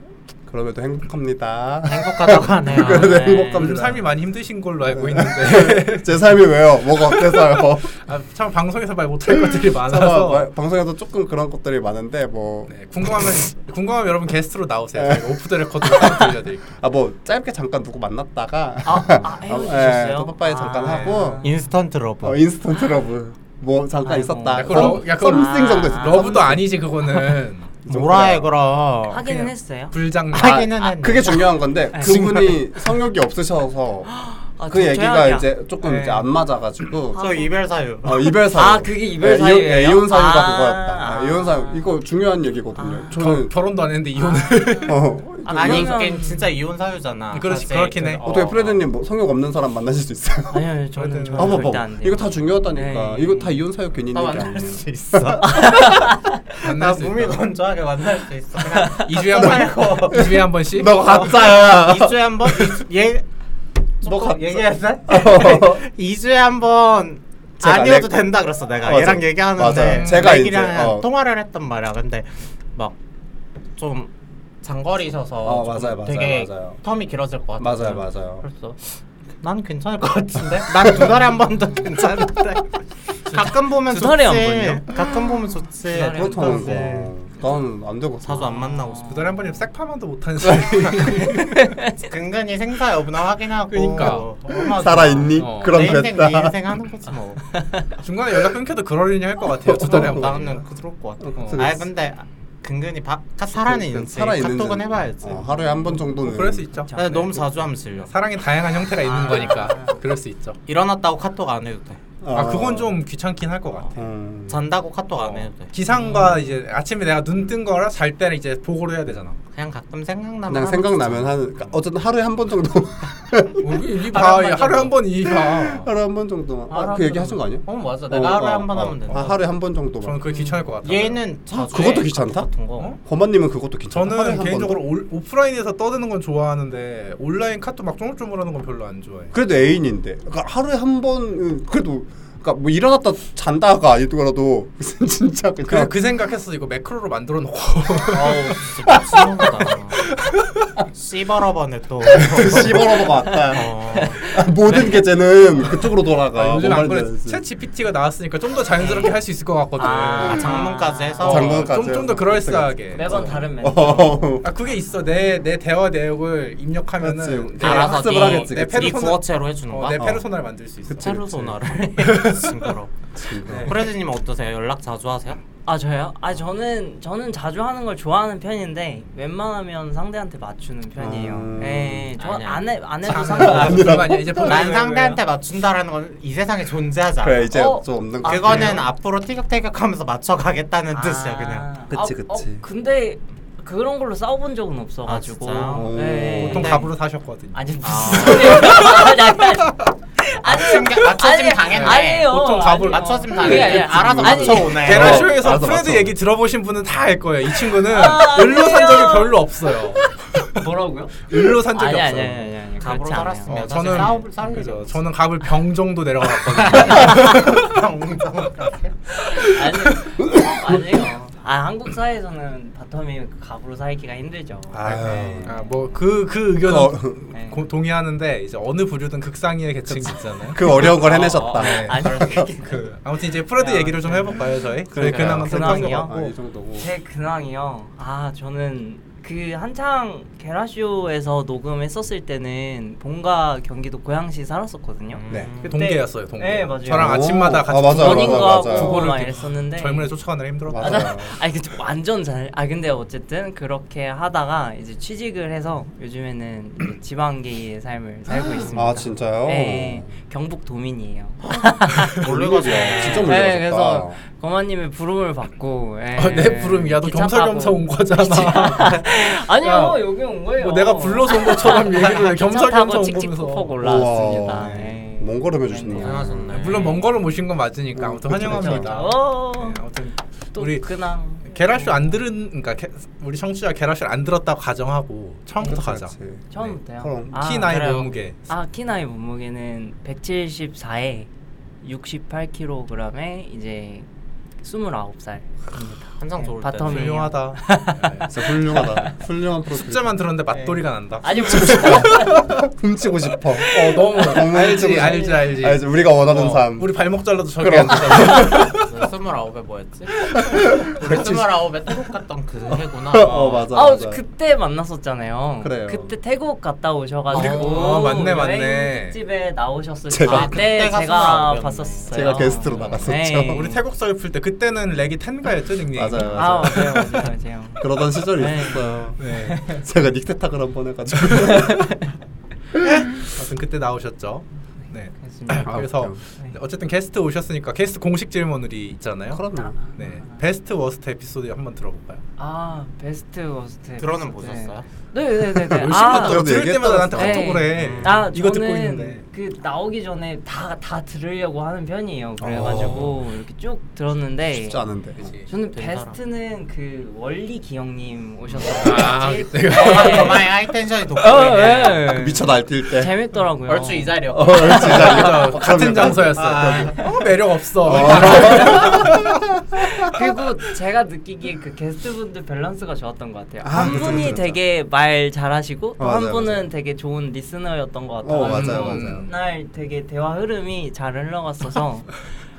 S3: 그럼에도 행복합니다 <laughs>
S2: 행복하다고 하네요.
S3: 그래도
S2: 네.
S3: 행복합니다.
S4: 아,
S1: 요즘 삶이 많이 힘드신 걸로
S3: 네.
S1: 알고
S3: <laughs>
S1: 있는데
S3: 제 삶이 왜요 뭐가 어때서요
S1: 아, 참 방송에서 말 못할 것들이
S3: <laughs> 참,
S1: 많아서
S3: 마- 방송에서 조금 그런 것들이 많은데 뭐,
S1: 네, 궁금하면 궁금하면 여러분 게스트로
S3: 네.
S1: 나오세요. 저희가 오프 더 레코드로 따로 들려드릴게요.
S3: 뭐 아 뭐 짧게 잠깐 누구 만났다가
S4: 아,
S3: <laughs>
S4: 아 헤어지셨어요?
S3: 예, 또 빠빠이 잠깐
S4: 아.
S3: 하고
S2: 인스턴트 러브.
S3: 어, 인스턴트 러브 뭐 잠깐
S4: 아이고.
S3: 있었다.
S1: 야, 그거 러-
S3: 썸-
S1: 야, 그거
S3: 썸씽 정도
S4: 아,
S3: 있었다.
S1: 러브도
S3: 썸씽.
S1: 아니지
S3: <laughs>
S1: 그거는
S2: 뭐라 해 아, 그럼.
S4: 하기는
S1: 그냥-
S4: 했어요.
S1: 불장난.
S2: 아, 하기는 했네.
S3: 그게 중요한 건데 그분이 성욕이 없으셔서
S4: 아,
S3: 그
S4: 저-
S3: 얘기가
S4: 저야,
S3: 이제 조금
S1: 네.
S3: 이제 안 맞아가지고
S2: 저 이별 사유.
S3: 어, 이별 사유.
S4: 아, 그게 이별
S3: 예, 이혼- 예,
S4: 사유예요?
S3: 이혼 사유가
S4: 아.
S3: 그거였다. 예, 이혼 사유 이거 중요한 얘기거든요. 저는
S1: 결혼도 안 했는데 이혼을.
S3: 어,
S2: 아, 아니
S4: 아니면-
S2: 그게 진짜 이혼 사유잖아.
S1: 그렇지,
S2: 사실.
S1: 그렇긴 해.
S2: 어.
S3: 어떻게 프레드님 뭐 성욕 없는 사람 만나실 수 있어요?
S4: 아니요, 아니요, 저는 저는
S3: 아,
S4: 절대
S3: 봐봐.
S4: 안 돼요.
S3: 이거 다 중요하다니까.
S4: 네.
S3: 이거 다 이혼 사유 괜히
S2: 나
S3: 있는 게
S2: 만날
S3: 아니에요.
S1: <laughs>
S2: 수 있어. 나
S1: <laughs> 만날
S2: <laughs>
S1: 수
S2: 몸이
S1: 있다.
S2: 건조하게 만날 수 있어. 그냥
S1: 2주에 한 번. 2주에 한 번씩.
S3: 너 가짜야. <laughs>
S2: 2주에 한 번? 얘...
S3: 너
S2: 조금
S3: 갑자-
S2: 얘기해야
S3: <laughs>
S2: 돼? <laughs> 2주에 한 번
S3: 어. 제가
S2: 아니어도
S3: 내-
S2: 된다 그랬어 내가
S3: 맞아.
S2: 얘랑 얘기하는데
S3: 맞아요. 제가 이제,
S2: 얘기랑
S3: 어.
S2: 통화를 했단 말이야 근데 막 좀 장거리셔서
S3: 어,
S2: 조금
S3: 맞아요, 맞아요,
S2: 되게
S3: 맞아요.
S2: 텀이 길어질 것 같아
S3: 맞아요, 맞아요.
S2: 그래서 난 괜찮을 것
S3: <laughs>
S2: 같은데 난 두 달에 한 번도 괜찮은데 가끔 보면
S4: 두
S2: 좋지
S4: 달에 한 번이요?
S2: 가끔 보면 좋지
S4: 달에 한
S3: 그렇다는
S2: 네, 그렇지.
S3: 거. 난안 되고
S2: 자주 안 만나고
S1: 두
S2: 싶어.
S1: 달에 한 번이면 싹파만도 못하는 사람이
S3: <laughs>
S2: 근근히 생사 여부나 확인하고.
S1: 그러니까.
S2: 얼마나
S3: 살아 있니?
S1: 어.
S3: 그럼
S2: 내 인생
S3: 됐다.
S2: 내 인생 하는 거지 뭐.
S3: <laughs>
S1: 중간에 연락 끊겨도 그러려니 할 것 같아요. 두 달에 한 번.
S2: 나는 그럴 것 같아.
S3: 어. 그러니까
S2: 아 근데 근근히 바, 카, 살아는 있는
S3: 살아있는
S2: 카톡은
S3: 생-
S2: 해봐야지.
S3: 어, 하루에 한 번 정도는
S1: 뭐 그럴 수 있죠. 네.
S2: 근데 네, 너무 아. 자주 하면 질려.
S1: 사랑이 다양한 형태가 있는 거니까 그럴 수 있죠.
S2: 일어났다고 카톡 안 해도 돼.
S1: 아 그건 좀 귀찮긴 할 것 같아.
S3: 어. 음.
S2: 잔다고 카톡 안 해도 돼.
S1: 기상과 이제 아침에 내가 눈 뜬 거랑 잘 때는 이제 보고를 해야 되잖아.
S2: 그냥 가끔 생각나면.
S3: 그냥
S2: 하루
S3: 생각나면 하는 그러니까 어쨌든 하루에 한 번
S2: <laughs>
S3: 정도
S2: 어,
S1: 우리 봐
S2: 번
S1: 아, 하루 한 번 이봐.
S3: 하루에 한 번 정도만
S2: 하루
S3: 아,
S2: 한
S3: 그
S2: 번
S3: 얘기 하신 거 아니야?
S2: 어 맞아. 내가 하루에 한 번 하면 된다.
S3: 아, 하루에 한 번 정도만
S1: 저는 그게 귀찮을 것 같아요.
S2: 얘는 자주
S3: 그것도
S2: 해,
S3: 귀찮다?
S2: 같은 거.
S1: 어?
S3: 범아님은 그것도 괜찮아
S1: 저는 개인적으로 올, 오프라인에서 떠드는 건 좋아하는데 온라인 카톡 막 쪼물쪼물하는 건 별로 안 좋아해.
S3: 그래도 애인인데 그러니까 하루에 한 번은 그래도 그러니까 뭐 일어났다 잔다가 아니더라도 <laughs> 진짜
S1: 그래서
S3: 그냥 <laughs>
S1: 그 생각했어 이거 매크로로 만들어 놓고
S2: 아우 진짜 미친놈이다.
S3: <laughs>
S2: 씨바라반에 또.
S3: 네, 씹어라도 왔다
S2: 어.
S3: 아, 모든 게 쟤는 그쪽으로 돌아가
S1: 네. 아, <laughs> 요즘
S3: 뭔
S1: 안
S3: 말인지
S1: 그래
S3: 알지?
S1: 챗 GPT가 나왔으니까 좀 더 자연스럽게 할 수 있을 것 같거든.
S2: 네. 아 장문까지 해서. 네,
S3: 장문.
S1: 어, 좀 좀 더 그럴싸하게.
S4: 매번 다른 멘트.
S3: 어.
S1: 아 그게 있어 내 내 대화 내역을
S3: 그렇지.
S1: 입력하면은 내,
S3: 알아서 학습을
S2: 네,
S3: 하겠지,
S2: 네
S1: 그치.
S2: 구어체로 해주는
S1: 어,
S2: 거야?
S1: 내
S2: 어.
S1: 페르소나를 만들 수 있어.
S2: 페르소나를 <laughs> 징그러. 프레드님 어떠세요? 연락 자주 하세요?
S4: 아 저요? 아 저는 저는 자주 하는 걸 좋아하는 편인데 웬만하면 상대한테 맞추는
S3: 음.
S4: 편이에요. 예,
S2: 아니야.
S4: 저안해안 해도
S1: 아,
S4: 상관.
S1: 그거 아니야 이제
S2: 난 상대한테 맞춘다라는 건 이 세상에 존재하지 않아.
S3: 그래 이제
S4: 어?
S3: 좀 없는 거
S2: 그거는 앞으로 티격태격하면서 맞춰가겠다는 뜻이야 그냥.
S3: 그치,
S4: 아, 어,
S3: 그치.
S4: 근데 그런 걸로 싸워본 적은 없어가지고.
S2: 아,
S3: 진짜요?
S4: 예.
S1: 보통
S2: 네.
S1: 갑으로 사셨거든.
S4: 아니
S2: 아.
S4: 무슨 소리예요? 아니, 아니, 아니.
S2: 맞춤 맞춰짐 당했네.
S4: 아니에요.
S1: 보통 갑을
S4: 아니요.
S2: 맞춰짐
S4: 그게
S2: 당했네.
S4: 아니라-
S2: 예, 알아서
S4: 예, 음. 아니,
S2: 맞춰오네.
S1: 계란
S3: 어,
S1: 쇼에서
S3: 알았어,
S1: 프레드
S3: 알았어.
S1: 얘기 들어보신 분은 다 알 거예요. 이 친구는
S4: 아,
S1: 을로 산 적이
S4: 아니에요.
S1: 별로 없어요.
S4: 뭐라고요?
S1: 을로 산 적이
S4: 아니 아니
S1: 없어요.
S4: 아니 아니.
S2: 갑으로
S4: 그렇지 않아요.
S2: 살았으면
S1: 어,
S2: 사실
S1: 저는-
S2: 싸움을 싸울 일이
S1: 그죠.
S2: 없지.
S1: 저는 갑을 병 정도 내려갔거든요.
S4: 아니 아니에요. 아 한국 사회에서는 바텀이 그 갑으로 사이기가 힘들죠. 네.
S3: 아유.
S1: 아뭐그 그 의견은
S3: 어.
S1: 고- 고- 동의하는데 이제 어느 부류든 극상위의 계층이 있잖아요.
S3: 그 어려운 걸 해내셨다 네.
S4: 아니
S1: 그 아무튼 이제 프레드
S4: 야,
S1: 얘기를 좀 해볼까요 저희? 그래
S3: 그래,
S1: 그나마
S4: 그래요.
S1: 생각한 것
S4: 근황이요?
S1: 같고.
S3: 정도고
S4: 제 근황이요. 아 저는 그 한창 게라쇼에서 녹음했었을 때는 본가 경기도 고양시 살았었거든요.
S3: 네.
S4: 그때-
S1: 동계였어요 동계.
S4: 네, 맞아요.
S1: 저랑
S3: 오.
S1: 아침마다 같이
S3: 아, 맞아요,
S1: 동계
S3: 맞아요,
S4: 러닝과
S3: 맞아요.
S4: 구보를 막
S1: 이렇게
S4: 했었는데
S1: 젊은애 쫓아가느라 힘들었다.
S3: 맞아요.
S4: 아니 근데 완전 잘. 아 근데 어쨌든 그렇게 하다가 이제 취직을 해서 요즘에는 이제 지방계의 삶을 살고 있습니다.
S3: 아 진짜요?
S4: 네, 경북 도민이에요.
S1: 아,
S2: 몰래가지고.
S3: 진짜 몰려가셨다
S4: 네, 그래서 거마님의 부름을 받고. 예,
S1: 아, 내 부름 야너
S4: 기차
S1: 겸사겸사
S4: 타고.
S1: 온 거잖아.
S4: <laughs> 아니요
S1: 야,
S4: 여기 온 거예요.
S1: <laughs> 뭐 내가 불러서 온 것처럼 얘기를 해.
S4: <laughs> 기차 타고
S1: 겸사겸사 온
S4: 칙칙폭폭
S1: 거면서. 아,
S4: 올라왔습니다.
S3: 우와.
S4: 예. 그렇죠.
S3: 먼 걸음 해주시는 거
S2: 고생하셨네.
S1: 물론 먼 걸음 오신 건 맞으니까 아무튼
S3: 그쵸,
S1: 환영합니다.
S4: 그쵸.
S1: 네, 아무튼
S4: 어, 또
S1: 우리
S4: 근황.
S1: 게라쇼 안 들은 그러니까 게, 우리 청취자 게라쇼 안 들었다고 가정하고 처음부터 가자.
S4: 처음부터요.
S3: 그럼
S4: 아,
S1: 키 나이
S2: 그래요.
S1: 몸무게.
S4: 아 키나이 몸무게는 174에 68kg에 이제 29살입니다.
S2: 한창 좋을 때.
S4: 바텀이. <laughs>
S1: 훌륭하다. 네.
S3: 진짜 훌륭하다 훌륭한 프로필
S1: 숫자만 들었는데
S4: 네.
S1: 맛돌이가 난다.
S4: 아니 무슨
S3: 훔치고 싶어
S1: 어 너무
S3: 너무
S1: 알지
S3: 좀-
S1: 알지 알지.
S3: 알지 우리가 원하는
S1: 어,
S3: 삶
S1: 우리 발목 잘라도 저게
S3: 그럼.
S1: 안되잖아
S2: 네, 스물아홉에 뭐였지? 우리 스물아홉에 태국 갔던 그 해구나.
S3: <laughs> <laughs> 어 맞아
S4: 아
S3: 맞아
S4: 그때 만났었잖아요.
S3: 그래요.
S4: 그때 태국 갔다 오셔가지고
S1: 아, 맞네, 맞네.
S4: 집에 나오셨을
S3: 제가-
S4: 때 그때
S2: 그때가
S4: 제가
S2: 소나무였네.
S4: 봤었어요. 네.
S3: 제가 게스트로 나갔었죠.
S1: 우리 태국 서울풀 때 그때는 렉이 텐가였죠 닉네임.
S3: 맞아요
S4: 아
S3: 맞아요
S4: 맞아요 맞아요 맞아요.
S3: 그러던 시절이
S4: 네.
S3: 있었어요
S1: 네.
S3: 제가 닉테탁을 한번 해가지고
S1: 아무튼 그때 나오셨죠. 네.
S4: 그렇습니다.
S1: <clears throat>
S3: 아,
S1: 그래서
S3: 그렇죠.
S1: 네, 어쨌든 게스트 오셨으니까 게스트 공식 질문들이 있잖아요.
S3: 그럼요
S1: 네. 베스트 워스트 에피소드 한번 들어볼까요?
S4: 아 베스트 워스트.
S2: 드러는
S4: 베스트.
S2: 보셨어요?
S4: 네네네네.
S1: 열심히
S4: 아,
S1: 듣더라고. 들을
S3: 얘기했다
S1: 때마다 나한테
S4: 네.
S1: 카톡을 해.
S4: 아,
S1: 이거 듣고
S4: 저는
S1: 있는데.
S4: 그 나오기 전에 다 다 들으려고 하는 편이에요. 그래가지고 이렇게 쭉 들었는데
S3: 아. 쉽지 않은데
S4: 저는
S2: 된 사람.
S4: 베스트는 그 원리
S3: <laughs>
S4: 기영님 오셨어요. 어,
S1: 아, 그때가.
S4: <laughs>
S2: 정말 하이텐션이 돋보이네.
S3: 그 미쳐 날뛸 때
S4: 재밌더라고요.
S2: 얼추 어, 이
S3: 어,
S2: 자리였고.
S3: 얼추
S1: 맞아. 같은 장소였어.
S2: 아.
S3: 네.
S1: 어, 매력 없어.
S4: 그리고 제가 느끼기에 그 게스트분들 밸런스가 좋았던 것 같아요.
S3: 아,
S4: 한
S3: 그쵸,
S4: 분이
S3: 그쵸, 그쵸.
S4: 되게 말 잘하시고
S3: 어,
S4: 또 한
S3: 맞아요,
S4: 분은
S3: 맞아요.
S4: 되게 좋은 리스너였던 것
S3: 어
S4: 같아요.
S3: 맞아요
S1: 음.
S3: 맞아요
S4: 날 되게 대화 흐름이 잘 흘러갔어서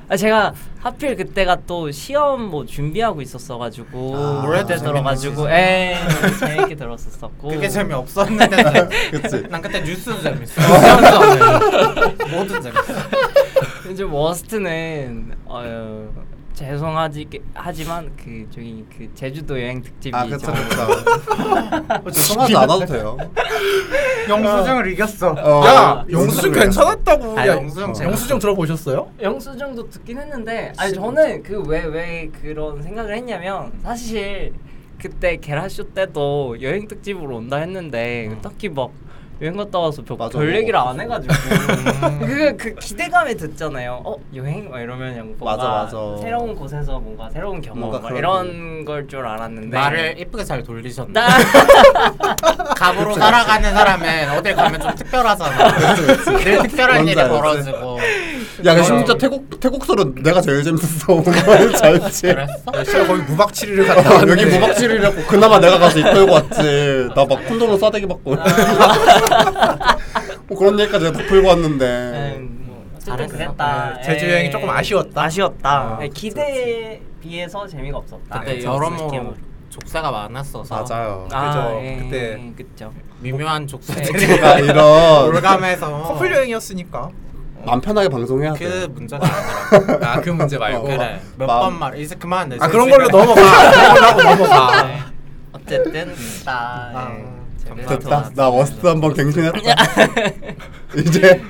S4: 아, 제가 하필 그때가 또 시험 뭐 준비하고 있었어가지고
S3: 아,
S4: 그때
S3: 재밌는
S4: 들어가지고 에 재밌게 들었었었고
S2: 그게 재미
S1: <laughs>
S2: 없었는데
S3: 그치.
S2: 난 그때 뉴스도 재밌어. 시험도 재밌어. 뭐든 재밌어.
S4: 이제 워스트는 어, 죄송하지 하지만 그 저기 그 제주도 여행 특집이
S3: 아 그쵸
S4: 좀-
S3: 그쵸.
S2: <laughs>
S3: 죄송하지 않아도 돼요.
S2: 영수증을 이겼어.
S3: 어,
S1: 야 영수증
S3: 그래요.
S1: 괜찮았다고.
S4: 아,
S1: 야,
S2: 영수증 재밌어.
S1: 영수증 들어보셨어요?
S4: 영수증도 듣긴 했는데 아니
S3: 뭐.
S4: 저는 그 왜 왜 그런 생각을 했냐면 사실 그때 게라쇼 때도 여행 특집으로 온다 했는데 딱히 막 여행 갔다 와서
S3: 음.
S4: 별,
S3: 맞아,
S4: 별
S3: 뭐 음.
S4: 얘기를 안 해가지고 <laughs> 그, 그 기대감에 듣잖아요 어 여행 막 이러면 그냥 뭔가
S3: 맞아, 맞아.
S4: 새로운 곳에서 뭔가 새로운 경험
S3: 뭔가
S4: 막
S3: 그런
S4: 이런 걸 줄 알았는데
S2: 네.
S4: 음.
S2: 말을 이쁘게 잘
S1: <laughs>
S2: 돌리셨네.
S4: 딱
S2: 갑으로 살아가는 사람은 어딜 가면
S1: <laughs>
S2: 좀 특별하잖아. 늘 특별한
S3: 뭔지
S2: 일이
S3: 알지?
S2: 벌어지고.
S3: 야 근데 심지어 태국 태국서는 내가 제일 재밌었어. 오늘 잘지.
S2: 그랬어?
S1: 네, 제가 거의
S3: <laughs>
S1: 무박치리를 갔다
S3: 야,
S1: 왔는데
S3: 어, 여기 무박질이라고 그나마 내가 가서 이끌고 왔지. 나 막 콘돔으로 싸대기 받고.
S2: 아.
S3: <laughs> 뭐 그런 얘기까지 내가 다 풀고 왔는데.
S4: 음, 뭐 어쨌든
S2: 잘했어.
S4: 그랬다
S1: 네, 제주
S4: 예.
S1: 여행이 조금 아쉬웠다.
S4: 아쉬웠다
S1: 아,
S4: 네, 기대에 비해서 재미가 없었다 네,
S2: 그때
S4: 그래서
S2: 여러모로
S4: 느낌으로.
S2: 족사가 많았어서
S3: 맞아요.
S1: 그죠,
S4: 예,
S1: 그때.
S4: 예, 그쵸
S2: 미묘한 족사들이 <laughs>
S3: 제가 이런
S2: 올감해서
S1: 뭐 커플 여행이었으니까.
S3: 맘 편하게 방송해야
S2: 그
S3: 돼. 어.
S2: 문제가 아니라
S1: 아 그 문제 말고.
S2: 그래 네, 몇
S3: 마음.
S2: 번 말 이제 네. 그만
S1: 아 그런 걸로 넘어가.
S2: <laughs>
S1: 그런 걸로 하고 넘어가.
S4: <laughs> 어쨌든
S1: 아,
S4: 다 예, 재밌었던 것
S3: 됐다.
S4: 같아요.
S3: 나 워스트 한번 갱신했다. 이제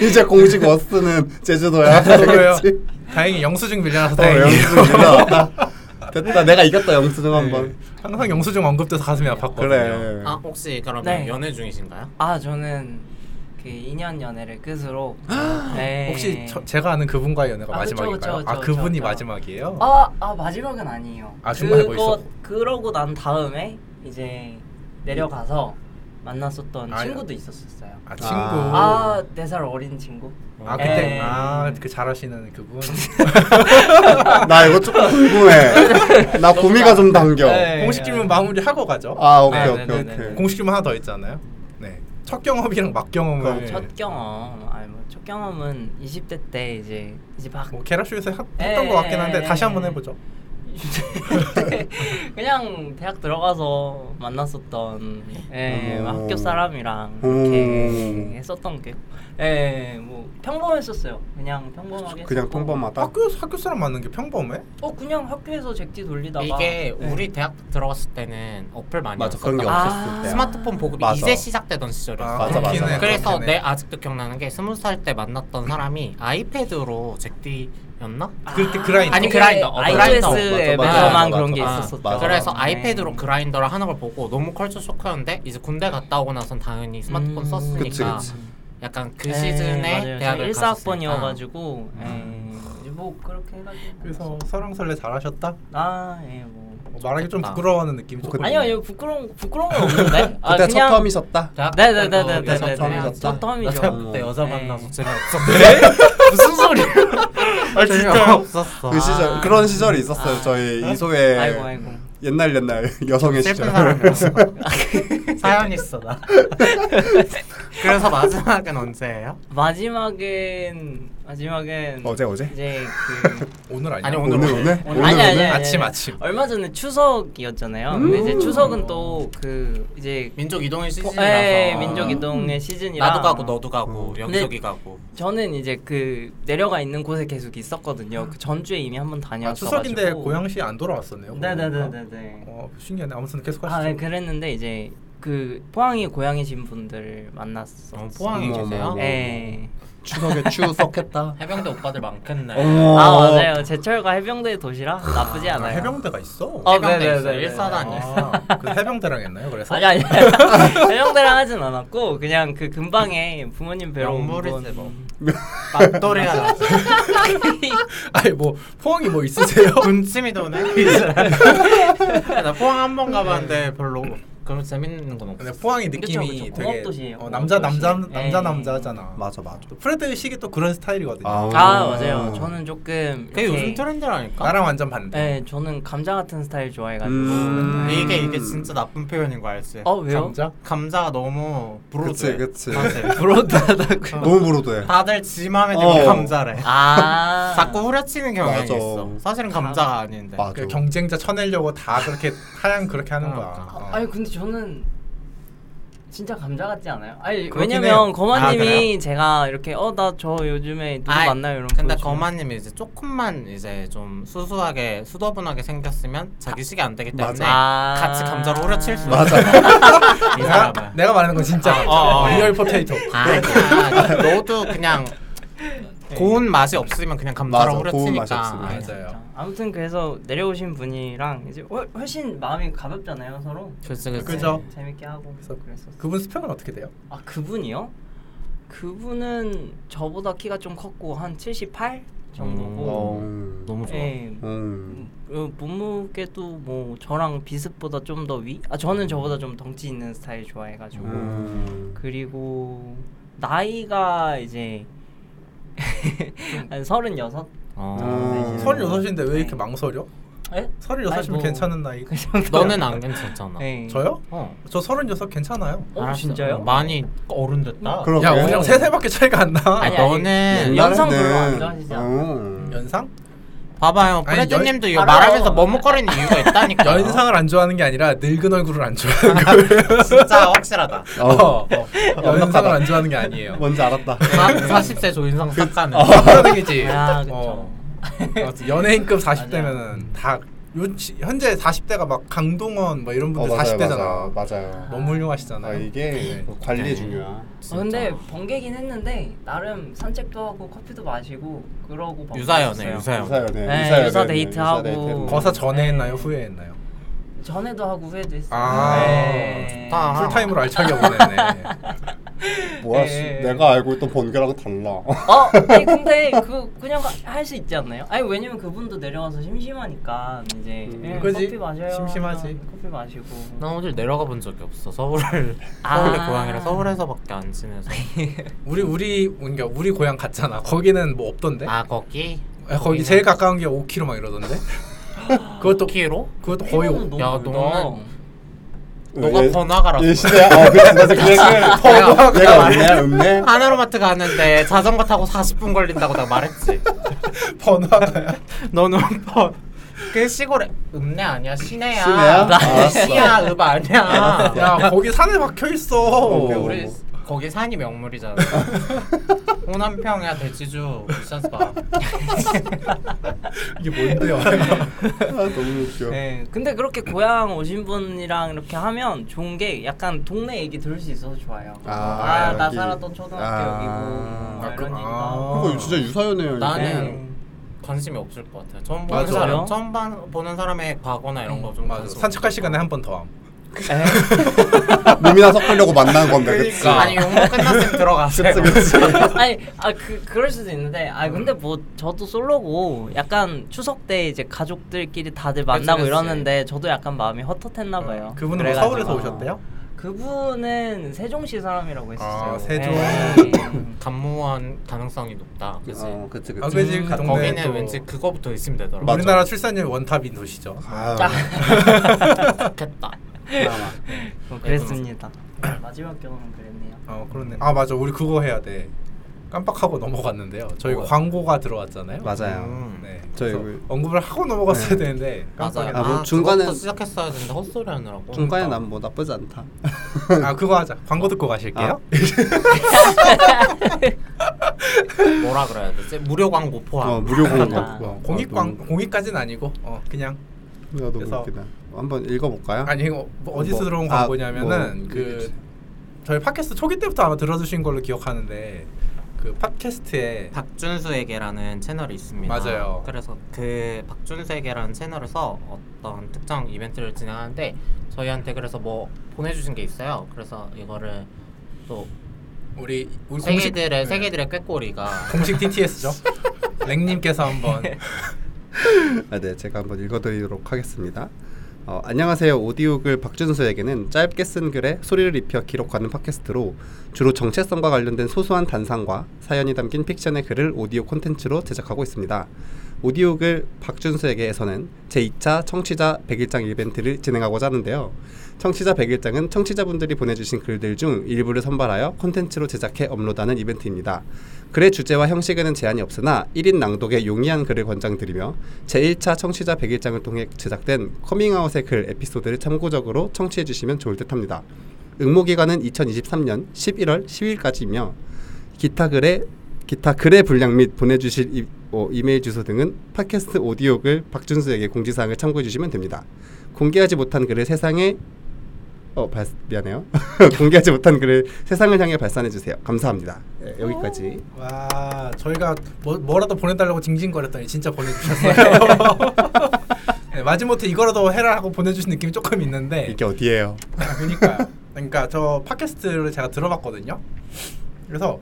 S3: 이제 공식 워스트는
S2: <laughs>
S3: 제주도야.
S1: 그래요.
S3: 네. 그치?
S1: 다행히 영수증 밀려나서
S3: 어,
S1: 다행이에요.
S3: 영수증 올라왔다. <laughs> 됐다. 내가 이겼다 영수증
S4: 네.
S3: 한번.
S1: <laughs> 항상 영수증 언급돼서 가슴이 아팠거든요.
S3: 그래.
S2: 아 혹시 그러면
S4: 네.
S2: 연애 중이신가요?
S4: <laughs> 아 저는 그 2년 연애를
S3: <gasps>
S4: 끝으로 네.
S1: 혹시 저, 제가 아는 그분과의 연애가
S4: 아, 그쵸,
S1: 마지막인가요?
S4: 그쵸,
S1: 아
S4: 그쵸,
S1: 그분이
S4: 그쵸.
S1: 마지막이에요?
S4: 아, 아 마지막은 아니에요.
S1: 아, 중간에 뭐
S4: 그거-
S1: 있었고.
S4: 그러고 난 다음에 이제 내려가서 만났었던
S1: 아,
S4: 친구도 있었었어요.
S1: 아, 친구. 아,
S4: 아, 네 살 어린 친구.
S1: 그때
S4: 예.
S1: 아그 잘하시는 그분.
S3: 나 이거 조금 궁금해.
S4: <laughs>
S3: 나 고미가 좀 당겨.
S4: <laughs> 네.
S1: 공식 질문 마무리하고 가죠.
S3: 아 오케이
S4: 네,
S3: 오케이
S4: 네, 네,
S3: 오케이.
S4: 네.
S1: 공식 질문 하나 더 있잖아요. 네. 첫 경험이랑 막 경험을.
S4: 첫 경험, 아니 뭐첫 경험은 20대 때 이제 이제 막
S1: 뭐 캐라쇼에서 했-
S4: 예,
S1: 했던 것 같긴 한데
S4: 예,
S1: 다시
S4: 예.
S1: 한번 해보죠.
S4: <laughs> 그냥 대학 들어가서 만났었던 예,
S3: 오.
S4: 학교 사람이랑
S3: 오.
S4: 이렇게 했었던 게 예, 뭐 평범했었어요. 그냥 평범하게
S3: 그냥
S4: 했었고.
S3: 평범하다.
S1: 학교 학교 사람 만난 게 평범해?
S4: 어 그냥 학교에서 잭지 돌리다가
S2: 이게
S4: 예.
S2: 우리 대학 들어갔을 때는 어플 많이
S3: 맞아
S2: 없었던
S3: 그런 게
S2: 거.
S4: 아,
S3: 없었을 때.
S2: 스마트폰 보급이
S3: 맞아.
S2: 이제 시작되던 시절이었어. 네,
S1: 아,
S3: 맞아, 맞아, 맞아.
S2: 그래서
S1: 그렇긴 해.
S2: 내 아직도 기억나는 게 스무 살 때 만났던 사람이 아이패드로 잭디였나?
S1: 그때 그라인더.
S2: 아니,
S4: 그게
S2: 그라인더. 어, 그라인더.
S4: iOS
S3: 맞아,
S2: 맞아,
S4: 앱에서만
S2: 맞아,
S4: 그런 게
S3: 맞아. 아,
S4: 있었었죠.
S3: 맞아.
S2: 그래서
S4: 네.
S2: 아이패드로 그라인더를 하는 걸 보고 너무 컬처 쇼크였는데 이제 군대 갔다 오고 나선 당연히 스마트폰
S4: 음.
S2: 썼으니까
S3: 그치, 그치.
S2: 약간 그
S4: 네,
S2: 시즌에
S4: 맞아요.
S2: 대학을
S4: 저희
S2: 갔었으니까. 음.
S4: 14학번이어가지고 예, 뭐 그렇게 해가지고
S1: 그래서 설왕설래 잘하셨다.
S4: 아예뭐
S1: 뭐 말하기 좀
S2: 좋겠다.
S1: 부끄러워하는 느낌이 조금.
S4: 아니요 이거 부끄러운 부끄러운
S3: <laughs>
S4: 건 없는데 아,
S3: 그때 첫 텀이셨다.
S2: 대학
S4: 네네네네네.
S2: 때도 여자
S3: 네,
S2: 처음이었다.
S3: 네.
S4: 첫
S2: 나
S4: 텀이죠.
S2: 대학 때 여자
S4: 네.
S2: 만나서 재미없었는데 네? 무슨
S4: <laughs>
S2: 소리야? 아 진짜 없었어.
S3: 그 시절
S4: 아.
S3: 그런 시절이 있었어요.
S4: 아.
S3: 저희 이소의
S4: 아이고 아이고.
S3: 옛날 옛날 <laughs> 여성의
S2: 슬픈
S3: 시절.
S2: 사람이었어. <laughs> 사연 있어 나. <laughs> 그래서 마지막은 언제예요?
S4: 마지막엔 마지막엔
S3: 어제, 어제?
S4: 이제 그
S3: <laughs>
S1: 오늘 아니야.
S2: 아니, 오늘
S3: 오늘 오늘
S4: 오늘 아니 아니 아니
S1: 아침,
S4: 아니.
S1: 아침.
S4: 얼마 전에 추석이었잖아요. 근데
S1: 음.
S4: 이제 추석은 또 그 이제
S2: 민족 이동의
S4: 예,
S2: 시즌이라서 음.
S4: 민족
S1: 음.
S4: 이동의 시즌이라
S2: 나도 가고 너도 가고 여기저기
S4: 근데-
S2: 가고
S4: 저는 이제 그 내려가 있는 곳에 계속 있었거든요. 그 전주에 이미 한번
S1: 아,
S4: 다녀왔어 가지고.
S1: 추석인데 고양시 안 돌아왔었네요. 그러니까.
S4: 네네네네네.
S1: 어 신기하네. 아무튼 계속
S4: 아, 네,
S1: 하시죠.
S4: 그랬는데 이제 그 포항이 고향이신 분들 만났어.
S2: 어, 포항에
S3: 어머,
S2: 계세요?
S3: 어머,
S4: 예.
S3: 추석에 추석했다.
S2: 해병대 오빠들 많겠네
S4: <laughs> 아
S3: 어머.
S4: 맞아요. 제철과 해병대 도시락 나쁘지
S1: 아,
S4: 않아요.
S1: 해병대가 있어?
S4: 어,
S2: 해병대
S4: 네네네,
S2: 있어요.
S4: 네네.
S2: 일사단 일사단
S1: 아, 그 해병대랑 했나요? 그래서
S4: 아니 아니 해병대랑 하진 않았고 그냥 그 근방에 부모님 뵈러 온
S2: 네, 영물이
S4: 분.
S2: 세범. <laughs> 막도리가 뭐. 나왔어
S1: <laughs> 아니, 뭐 포항이 뭐
S4: <laughs>
S1: 있으세요?
S2: <laughs> 네, 군침이 도네 나 포항 한 번 가봤는데 별로 그런 재밌는 건 없어.
S1: 근데 포항의 느낌이
S4: 그쵸.
S1: 되게
S4: 공업도시예요,
S1: 어, 남자 남자
S4: 공업도시.
S1: 남자
S4: 예.
S1: 남자잖아.
S3: 맞아 맞아.
S1: 또 프레드식이 또 그런 스타일이거든요.
S4: <laughs> 아 맞아요. 저는 조금
S2: 그게
S4: 이렇게-
S2: 요즘 트렌드라니까.
S1: 나랑 완전 반대.
S4: 네, 저는 감자 같은 스타일 좋아해가지고.
S3: 음.
S2: 근데 이게 이게 진짜 나쁜 표현인 거 알지?
S4: 어 왜요?
S1: 감자?
S2: 감자가 너무
S3: 그치
S2: 브로드해.
S3: 그치. <laughs>
S2: 사실.
S4: 브로드하다고.
S2: 뭐?
S3: 너무 무로도해.
S2: 다들 지 맘에 들면
S3: 어.
S2: 감자래.
S4: 아.
S2: 자꾸 후려치는 경향이
S3: 맞아.
S2: 있어. 사실은 감자가 아닌데.
S3: 맞아.
S1: 그 경쟁자 쳐내려고 다
S4: <laughs>
S1: 그렇게 하향 그렇게 하는 거야.
S2: 아,
S1: 어.
S4: 아니 근데 저는 진짜 감자 같지 않아요? 아니
S1: 그렇긴
S4: 왜냐면
S1: 해요.
S2: 아,
S4: 거마님이
S2: 그래요?
S4: 제가 이렇게 어 나 저 요즘에 누구
S2: 아이,
S4: 만나요 이런.
S2: 근데
S4: 보여주면.
S2: 거마님이 이제 조금만 이제 좀 수수하게 수더분하게 생겼으면 자기 식이 안 되기 때문에
S4: 맞아.
S2: 같이 감자로 후려칠 수
S3: 맞아.
S2: 있어. 이
S1: 내가,
S2: 사람은.
S1: 내가 말하는 건 진짜 아,
S2: 어, 어.
S1: 리얼 포테이토.
S2: 아니야. 너도
S3: <laughs>
S2: 그냥 고운 맛이 없으면 그냥 감자로
S3: 맞아, 고운 맛이
S2: 후려치니까. 네.
S3: 없으면.
S2: 아이,
S1: 맞아요.
S4: 아무튼 그래서 내려오신 분이랑 이제 훨- 훨씬 마음이 가볍잖아요 서로.
S2: 그치 그치.
S1: 그죠.
S4: 네, 재밌게 하고 그래서 그랬었어.
S1: 그분 스펙은 어떻게 돼요?
S4: 아 그분이요? 그분은 저보다 키가 좀 컸고 한 78 정도고.
S2: 오.
S3: 음.
S2: 너무 좋아.
S4: 예.
S3: 음.
S4: 어, 몸무게도 뭐 저랑 비슷보다 좀 더 위? 아 저는 저보다 좀 덩치 있는 스타일 좋아해가지고
S3: 음.
S4: 그리고 나이가 이제 <laughs> 한 서른여섯?
S2: 어.
S3: 음.
S1: 서른 여섯인데 왜 이렇게 망설여?
S4: 예?
S1: 서른 여섯이면
S4: 아이고.
S1: 괜찮은 나이.
S4: 그
S2: 너는 안 괜찮잖아.
S4: 네.
S1: 저요?
S2: 어.
S1: 저 서른 여섯 괜찮아요.
S4: 어,
S2: 알았어.
S4: 진짜요?
S2: 많이 어른 됐다.
S3: 그럼
S1: 야 우리랑 세 세밖에 차이가 안 나.
S4: 아니, 아니.
S2: 너는
S4: 네, 연- 연상 별로 안 좋아하시지
S3: 음.
S1: 연상?
S2: 봐봐요.
S1: 아니, 연-
S2: 프레드님도 이거
S4: 알아요.
S2: 말하면서 머뭇거리는 이유가 있다니까.
S1: <laughs> 연상을 안 좋아하는 게 아니라 늙은 얼굴을 안 좋아하는 거예요.
S2: 진짜 확실하다.
S1: 어, 어. 연상을 안 좋아하는 게 아니에요.
S3: 음. 뭔지 <laughs> 알았다.
S2: 40세 조인상 싹가는
S1: 그런 얘기지.
S4: 아 그쵸
S1: 어. 아무튼 연예인급 40대면은 다 요, 현재 40대가 막 강동원 뭐 이런 분들 40대잖아.
S3: 어, 맞아요.
S1: 너무 훌륭하시잖아요.
S3: 아 이게
S1: 네.
S3: 관리에 중요하.
S4: 어, 근데 번개긴 했는데 나름 산책도 하고 커피도 마시고 그러고 밥
S2: 유사연애
S4: 먹었어요.
S2: 유사연.
S3: 유사연애.
S4: 네,
S3: 유사연애,
S4: 유사
S3: 네,
S4: 데이트하고.
S3: 데이트는
S1: 거사 전에
S4: 네.
S1: 했나요? 후에 했나요?
S4: 전에도 하고 후에도 했어요
S1: 아,
S4: 네.
S2: 좋다. 아.
S1: 풀타임으로 알차게 보내네.
S2: <laughs>
S3: 뭐야?
S4: 예,
S3: 씨,
S4: 예.
S3: 내가 알고 있던 번개랑 달라.
S4: 어, 아니 근데 그 그냥 할 수 있지 않나요? 아니 왜냐면 그분도 내려와서 심심하니까 이제
S3: 음,
S4: 예,
S1: 그지?
S4: 커피 마셔요.
S1: 심심하지.
S4: 하면 커피 마시고.
S2: 나 어딜 내려가 본 적이 없어. 서울을
S4: 아.
S2: 서울의 고향이라 서울에서밖에 안 지내서.
S1: 우리 우리 그러니까 우리 고향 갔잖아. 거기는 뭐 없던데?
S2: 아 거기?
S1: 야, 거기 제일 가까운 게 5km 막 이러던데. 그것도
S2: 도키로?
S1: 그것도 거의 오-
S4: 너무
S2: 야,
S4: 멀다.
S2: 너는- 너가
S3: 예-
S2: 번화가라고.
S3: 예 시대야. 어, 그래서 나도 그 <laughs> 얘기를
S2: 번화가.
S3: 내가 없네, 없네.
S2: <laughs> 하나로마트 가는데 자전거 타고 40분 걸린다고 나 말했지.
S1: 번화가야.
S2: 너는 번. 그 시골에 읍내 아니야 시내야.
S3: 시내야? 알았어.
S2: 시야 읍 아니야.
S1: 야 거기 산에 막혀
S3: 오케이,
S1: 있어.
S2: 우리 뭐, 거기 산이 명물이잖아. 호남평야 대지주 비싸서.
S1: 이게 뭔데요?
S3: <laughs> 아, 너무 웃겨.
S4: 예, 근데 그렇게 고향 오신 분이랑 이렇게 하면 좋은 게 약간 동네 얘기 들을 수 있어서 좋아요.
S3: 아,
S4: 아, 나
S3: 여기.
S4: 살았던 초등학교
S3: 아.
S4: 여기고 뭐
S1: 아,
S4: 이런
S1: 그-
S4: 얘기도
S1: 아.
S4: 하고.
S3: 그거 어, 진짜 유사연애야. 이거.
S2: 나는
S4: 네.
S2: 관심이 없을 것 같아. 처음 보는
S1: 맞아.
S2: 사람, 처음 봐- 보는 사람의 과거나 이런 거좀
S1: 음, 맞아. 산책할 시간에 한 번 더 함.
S3: 네. <laughs> 몸이나 섞으려고 만난 건데, 그치?
S1: 그러니까.
S2: 아니 용모 끝났으면 들어가세요.
S3: 그치, 그치.
S2: <laughs>
S4: 아니 아 그 그럴 수도 있는데
S1: 음.
S4: 아 근데 뭐 저도 솔로고 약간 추석 때 이제 가족들끼리 다들 만나고
S2: 그치.
S4: 이러는데 저도 약간 마음이 헛헛했나 봐요.
S1: 그분은 뭐
S4: 그래가지고.
S1: 서울에서 오셨대요?
S4: 그분은 세종시 사람이라고 했었어요. 네. 음,
S1: 아, 세종.
S2: 감무원 가능성이 높다. 그치?
S3: 어, 그치,
S1: 아,
S3: 그치.
S1: 그치. 그 동네
S2: 거기는
S1: 또-
S2: 왠지 그거부터 의심 되더라고.
S3: 맞아.
S1: 우리나라 출산율 원탑인 도시죠.
S3: 아유,
S2: 좋겠다.
S3: 그나마.
S1: 네,
S4: 뭐 그랬습니다. 마지막 경험은 그랬네요.
S1: 어 그렇네. 아 맞아. 우리 그거 해야 돼. 깜빡하고 넘어갔는데요. 저희가
S2: 뭐야?
S1: 광고가 들어왔잖아요.
S3: 맞아요.
S2: 음.
S1: 네.
S3: 저희
S1: 그래서
S3: 그-
S1: 언급을 하고 넘어갔어야 되는데
S2: 맞아요.
S1: 깜빡했다.
S2: 아,
S3: 아, 뭐
S2: 중간에
S3: 중간에-
S2: 부터 시작했어야 되는데 헛소리
S1: 그러니까.
S2: 하느라고.
S3: 중간에 난 뭐 나쁘지 않다.
S1: 아 그거 하자. 광고 듣고 가실게요.
S2: 뭐라 그래야 되지? 무료 광고 포함.
S3: 어, 무료 공간.
S4: 아,
S3: 어,
S1: 공익
S3: 아,
S1: 광
S3: 너무-
S1: 공익까지는 아니고 어 그냥
S3: 야, 너무
S1: 그래서-
S3: 웃기다. 한번 읽어볼까요?
S1: 아니 이거 뭐 어디서
S3: 뭐,
S1: 들어온
S3: 아,
S1: 광고냐면은
S3: 뭐,
S1: 그
S3: 얘기해주세요.
S1: 저희 팟캐스트 초기 때부터 아마 들어주신 걸로 기억하는데 그 팟캐스트에
S2: 박준수에게라는 채널이 있습니다.
S1: 맞아요.
S2: 그래서 그 박준수에게라는 채널에서 어떤 특정 이벤트를 진행하는데 저희한테 그래서 뭐 보내주신 게 있어요. 그래서 이거를 또
S1: 우리 우리 공식
S2: 세계들의
S1: 네.
S2: 세계들의 꾀꼬리가
S1: 공식
S2: <laughs>
S1: DTS죠. 랭님께서 한번
S3: 네, 아, 네, 제가 한번 읽어드리도록 하겠습니다. 어, 안녕하세요. 오디오글 박준수에게는 짧게 쓴 글에 소리를 입혀 기록하는 팟캐스트로 주로 정체성과 관련된 소소한 단상과 사연이 담긴 픽션의 글을 오디오 콘텐츠로 제작하고 있습니다. 오디오글 박준수에게에서는 제2차 청취자 100일장 이벤트를 진행하고자 하는데요. 청취자 100일장은 청취자분들이 보내주신 글들 중 일부를 선발하여 콘텐츠로 제작해 업로드하는 이벤트입니다. 글의 주제와 형식에는 제한이 없으나 1인 낭독에 용이한 글을 권장드리며 제1차 청취자 100일장을 통해 제작된 커밍아웃의 글 에피소드를 참고적으로 청취해 주시면 좋을 듯합니다. 응모 기간은 2023년 11월 10일까지이며 기타 글의 기타 글의 분량 및 보내주실 이, 어, 이메일 주소 등은 팟캐스트 오디오글 박준수에게 공지사항을 참고해 주시면 됩니다. 공개하지 못한 글을 세상에 어 발, 미안해요. <laughs> 공개하지 못한 글을 세상을 향해 발산해 주세요. 감사합니다. 예, 여기까지.
S1: 와 저희가 뭐, 뭐라도 보내달라고 징징거렸더니 진짜 <laughs> 보내주셨어요. 네, 마지못해 이거라도 해라 하고 보내주신 느낌이 조금 있는데
S3: 이게 어디예요?
S1: 아, 그러니까 그러니까 저 팟캐스트를 제가 들어봤거든요. 그래서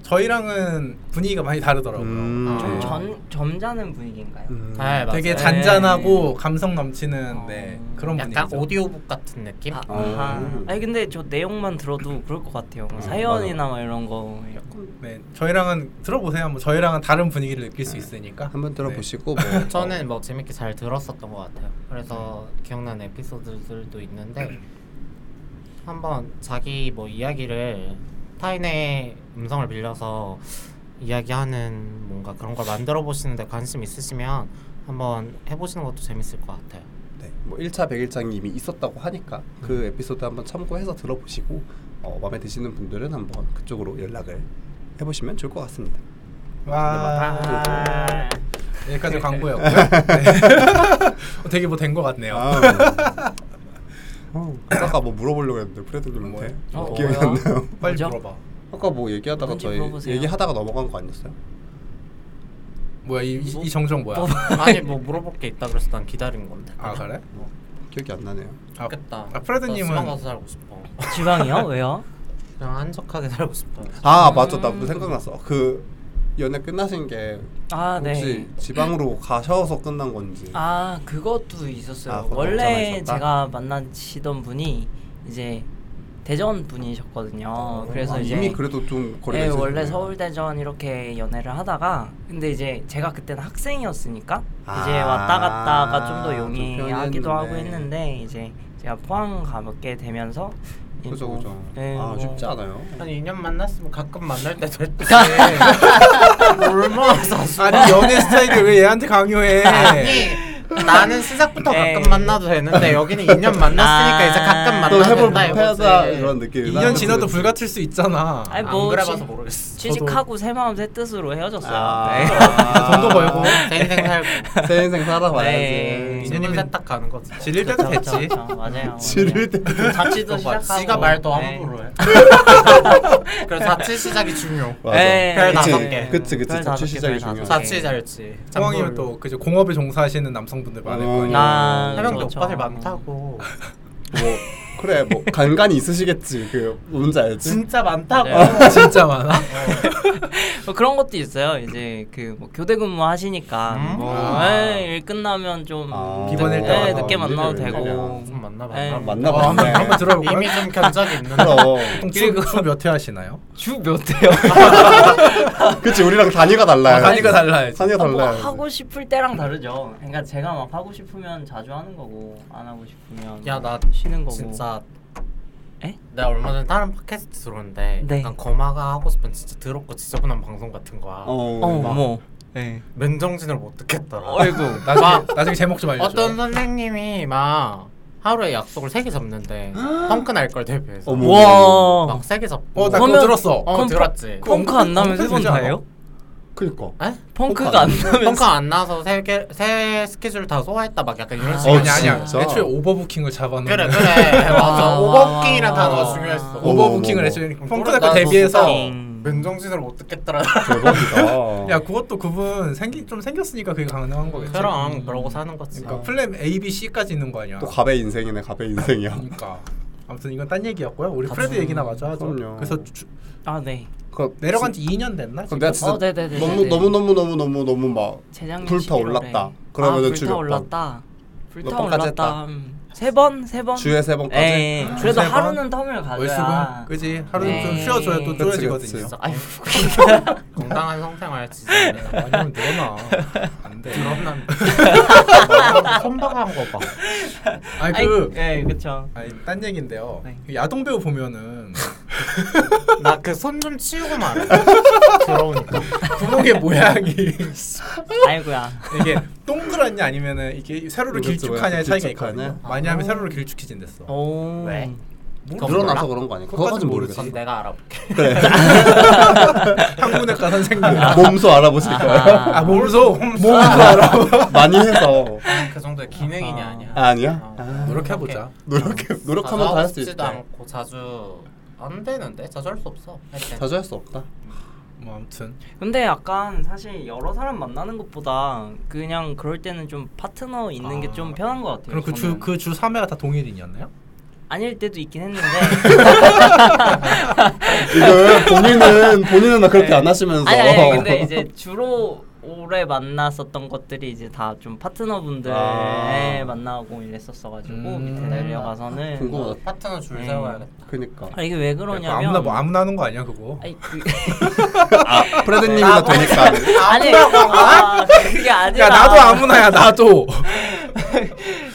S1: 저희랑은 분위기가 많이 다르더라고요.
S3: 음.
S1: 네.
S4: 좀 전, 점잖은 분위기인가요?
S3: 음.
S2: 네, 맞아요.
S1: 되게
S4: 맞아요.
S1: 잔잔하고 감성 넘치는 네,
S4: 어,
S1: 그런 분위기죠.
S2: 약간 오디오북 같은 느낌?
S4: 아,
S3: 음.
S4: 아하. 아니 근데 저 내용만 들어도 그럴 것 같아요. 뭐
S3: 음,
S4: 사연이나 막 이런 거.
S1: 네, 저희랑은 들어보세요. 뭐 저희랑은 다른 분위기를 느낄 수 있으니까 네.
S3: 한번 들어보시고 뭐
S2: 저는 뭐 재밌게 잘 들었었던 것 같아요. 그래서 기억나는 에피소드들도 있는데 한번 자기 뭐 이야기를 타인의 음성을 빌려서 이야기하는 뭔가 그런 걸 만들어 보시는데 관심 있으시면 한번 해보시는 것도 재밌을 것
S1: <laughs>
S2: 같아요.
S3: 네, 뭐 1차 100일장이 이미 있었다고 하니까 그 에피소드 한번 참고해서 들어보시고 어, 마음에 드시는 분들은 한번 그쪽으로 연락을 해보시면 좋을 것 같습니다.
S1: 네. 와
S4: 아.
S1: 여기까지 광고였고요. 네. <laughs> 되게 뭐 된 것 같네요.
S3: 아. 어, 아까 뭐 물어보려고 했는데 프레드님한테
S4: 뭐요? 어,
S3: 기억이 안
S4: 뭐요?
S3: 나요.
S1: 빨리
S4: 뭐죠?
S1: 물어봐.
S3: <laughs> 아까 뭐 얘기하다가
S4: 뭔지
S3: 저희
S4: 물어보세요.
S3: 얘기하다가 넘어간 거 아니었어요?
S1: 뭐야 이, 이- 이 정정 뭐야?
S2: 아니 뭐 물어볼 게 있다 그래서 난 기다린 건데.
S1: 아 그래?
S2: 뭐,
S3: 기억이 안 나네요.
S1: 아,
S2: 좋겠다.
S1: 아 프레드님은
S2: 수만 가서 살고 싶어.
S4: 지방이요? 왜요?
S2: 그냥 한적하게 살고 싶어.
S3: 아 맞아, 나도 생각났어. 그 연애 끝나신 게
S4: 아 네.
S3: 혹시 지방으로 가셔서 끝난 건지.
S4: 아 그것도 있었어요.
S3: 아, 그것도
S4: 원래
S3: 있었다?
S4: 제가 만나시던 분이 이제 대전 분이셨거든요. 그래서
S3: 아,
S4: 이제
S3: 이미 그래도 좀 거리가
S4: 예,
S3: 있으셨네요.
S4: 원래 서울 대전 이렇게 연애를 하다가 근데 이제 제가 그때는 학생이었으니까
S3: 아,
S4: 이제 왔다 갔다가 좀
S3: 좀
S4: 더 용이하기도 하고
S3: 편했는데.
S4: 했는데 이제 제가 포항 가게 되면서 이
S3: 그죠
S4: 뭐,
S3: 그죠.
S4: 예,
S3: 아
S4: 뭐
S3: 쉽지 않아요.
S2: 한 2년 만났으면 가끔 만날
S1: <laughs>
S2: 때 됐지. <laughs> 얼마나 사수.
S1: 아니 연애 스타일을 왜 얘한테 강요해?
S2: 아니 나는 시작부터 가끔
S4: 에이.
S2: 만나도 되는데 여기는 2년 만났으니까
S4: 아.
S2: 이제 가끔
S3: 또
S2: 만나야
S3: 해볼
S2: 된다
S1: 네,
S3: 해야
S2: 이거지.
S3: 이런 느낌.
S1: 2년 지나도
S3: 그
S1: 불 같을 수 있잖아.
S4: 아니,
S2: 안
S4: 뭐
S2: 그래봐서
S4: 지-
S2: 모르겠어.
S4: 취직하고 새 마음 새 뜻으로 헤어졌어요.
S3: 아,
S4: 네.
S3: 아.
S1: 돈도 벌고.
S2: 제 <laughs> 인생 살고
S3: <laughs> 새 인생 살아봐야지.
S4: 네.
S2: 인연이면 세탁 가는 거지. 그
S1: 질릴 때도
S4: 그쵸,
S1: 됐지.
S4: 그렇죠, 그쵸, 맞아요.
S3: <laughs>
S1: 어.
S3: 지를 때.
S4: 자취도
S2: 봐,
S4: 시작하고
S2: 지가 말도
S4: 네.
S2: 함부로 해. <laughs> 그래서 자취 시작이 중요.
S3: 맞아.
S4: 네.
S2: 별
S3: 그치,
S2: 다섯 개.
S3: 그치 그치
S4: 별
S3: 자취
S4: 다섯 개,
S3: 시작이
S4: 별 다섯
S3: 중요해.
S4: 개.
S2: 자취 잘지.
S1: 상황이면 또 그죠 공업에 종사하시는 남성분들 많을
S3: 어.
S1: 거예요.
S4: 아,
S2: 해병도
S4: 그렇죠.
S2: 오빠들 많다고.
S3: 뭐 그래 뭐 간간이 있으시겠지. 그 뭔지 알지?
S2: 진짜 많다고.
S1: 진짜 많아.
S4: 뭐 그런 것도 있어요. 이제 그 뭐 교대 근무 하시니까
S2: 음.
S4: 뭐
S3: 아.
S4: 에이, 일 끝나면 좀
S3: 아.
S1: 비번일
S4: 네,
S1: 때마다
S4: 늦게
S3: 일을
S4: 만나도
S3: 일을
S4: 되고
S3: 일을
S2: 좀 만나
S4: 에이.
S2: 봤나?
S3: 만나
S1: 어, 한번
S3: 봤네.
S1: 한번 들어볼까요?
S2: 이미 좀 견적이 있는데.
S3: 그럼.
S4: 그리고-
S1: 주몇회 하시나요?
S4: 주 몇 대요?
S3: 그치 우리랑 단위가 달라요.
S1: 어, 단위가 달라야지.
S3: 단위가
S4: 뭐
S3: 달라요.
S4: 하고 싶을 때랑 다르죠. 그러니까 제가 막 하고 싶으면 자주 하는 거고 안 하고 싶으면
S2: 야, 나
S4: 쉬는 거고.
S2: 진짜
S4: 에?
S2: 내가 얼마 전에 다른 팟캐스트 들었는데
S4: 네.
S2: 약간 거마가 하고 싶은 진짜 더럽고 지저분한 방송 같은 거야
S3: 어.
S4: 어,
S3: 막
S4: 뭐. 예.
S2: 맨정신을 못 듣겠더라
S4: 어이구.
S2: 막
S1: 나중에 나중에 제목 좀 알려줘.
S2: <laughs> 어떤 선생님이 막 하루에 약속을 세 개 잡는데 펑크 날 걸 대비해서
S3: 어머.
S4: 와.
S2: 막 세 개 잡고
S1: 어, 나
S4: 그러면-
S1: 그거 들었어.
S2: 어, 들었지
S1: 그럼
S4: 펑크 안 나면
S1: 펑크
S4: 세번
S1: 되지 않아?
S4: 다예요?
S3: 그니까.
S2: 에?
S4: 펑크가 안 나면
S2: 펑크 안 나서 세개세 스케줄 다 소화했다 막 약간 이런 식으로
S1: 아니 아니야.
S3: 어, 진짜?
S1: 애초에 오버부킹을 잡아놓는.
S2: 그래 <laughs> 그래 맞아
S4: 아.
S2: 오버킹이란 단어가 중요했어
S3: 오,
S1: <laughs> 오버부킹을
S3: 어머,
S1: 애초에
S2: 어머.
S1: 펑크대가
S2: 나도
S1: 대비해서
S2: 부킹.
S4: 음.
S2: 맨정신을 못 듣겠더라
S3: 대박이다.
S1: 야 그것도 그분 생기 좀 생겼으니까 그게 가능한 거겠지.
S2: 그럼 그러고 사는 거지
S1: 그러니까 플랜 A, B, C까지 있는 거 아니야.
S3: 또 갑의 인생이네 갑의 인생이야.
S1: 그러니까 아무튼 이건 딴 얘기였고요. 우리
S2: 아,
S1: 프레드
S2: 음,
S1: 얘기나 마저 하죠.
S3: 그럼요.
S1: 그래서 주,
S4: 아, 네.
S3: 그럼
S1: 내려간 지 2년 됐나?
S3: 그럼
S1: 지금?
S3: 내가 진짜
S4: 어, 네네네네.
S3: 너무 너무 너무 너무 너무 너무 막
S4: 재작년
S3: 불타
S4: 11월 에.
S3: 올랐다. 그러면은
S4: 아,
S3: 출력
S4: 불타 올랐다. 불타
S3: 번까지 했다?
S4: 올랐다. 음, 세 번, 세 번.
S3: 주에 세 번까지?
S4: 예, 예. 그래도
S1: 세 번?
S4: 하루는 텀을 가져야.
S1: 월수금 그지 하루 좀
S4: 아, 네.
S1: 쉬어줘야 또
S4: 그치,
S1: 쪼여지거든요.
S3: 그치.
S4: 아유,
S2: 건강한 성생활 지지는
S1: 아니면 늘어나 안돼.
S2: 드럽난 선박한 거봐
S1: 아니 그
S4: 예, 그렇죠.
S1: 아니 딴 얘긴데요.
S4: 네.
S1: 그 야동 배우 보면은
S2: 나 그 손 좀 치우고 말해 더러우니까
S1: 구멍의
S4: <laughs>
S1: 모양이
S4: 아이고야.
S1: 이게 동그랗냐 아니면은 이게 세로로
S3: 그렇죠,
S1: 길쭉하냐의 차이가
S3: 길쭉하냐?
S1: 있거든요.
S2: 아.
S1: 많이 하면 세로로 길쭉해진댔어.
S4: 오.
S2: 음.
S3: 네.
S2: 왜?
S3: 늘어나서 뭐 그런 거 아니야? 그거까진 모르겠어. 네.
S2: 그건 내가 알아볼게
S1: 한국내과 선생님.
S3: <laughs> 몸소 알아보실까요?
S1: 아 몸소 몸소
S3: <laughs> 많이 해서
S2: 그 정도의 기능이냐 아니야
S3: 아, 아니야?
S2: 아,
S1: 노력해 보자.
S3: 노력해 노력하면 다 할 수
S2: 자주 하고 싶지도
S3: 있다.
S2: 않고 자주 안 되는데 자주 할 수 없어 하여튼.
S3: 자주 할 수 없다.
S1: 뭐 아무튼
S4: 근데 약간 사실 여러 사람 만나는 것보다 그냥 그럴 때는 좀 파트너 있는 게 좀
S1: 아.
S4: 편한 것 같아요.
S1: 그럼 그 주
S4: 저는.
S1: 그 주 3회가 다 동일인이었나요?
S4: 아닐 때도 있긴 했는데
S3: <laughs> 이걸 본인은 본인은 막 그렇게 안 하시면서
S4: 아니 아니
S3: <laughs>
S1: <laughs>
S4: 근데 이제 주로 오래 만났었던 것들이 이제 다 좀 파트너분들
S3: 아.
S4: 에 만나고 이랬었어가지고
S1: 음.
S4: 밑에 내려가서는
S3: 궁금하다.
S2: 어, 파트너 줄
S4: 네.
S2: 세워야겠다
S3: 그니까
S4: 아, 이게 왜
S1: 그거
S4: 그러냐면
S1: 아무나 뭐 아무나 하는 거 아니야 그거. <laughs>
S4: 아니 그
S3: 아, 프레드님이다 되니까
S4: 아니 아, 그게 아니라
S1: 뭐 야 나도 아무나야 나도.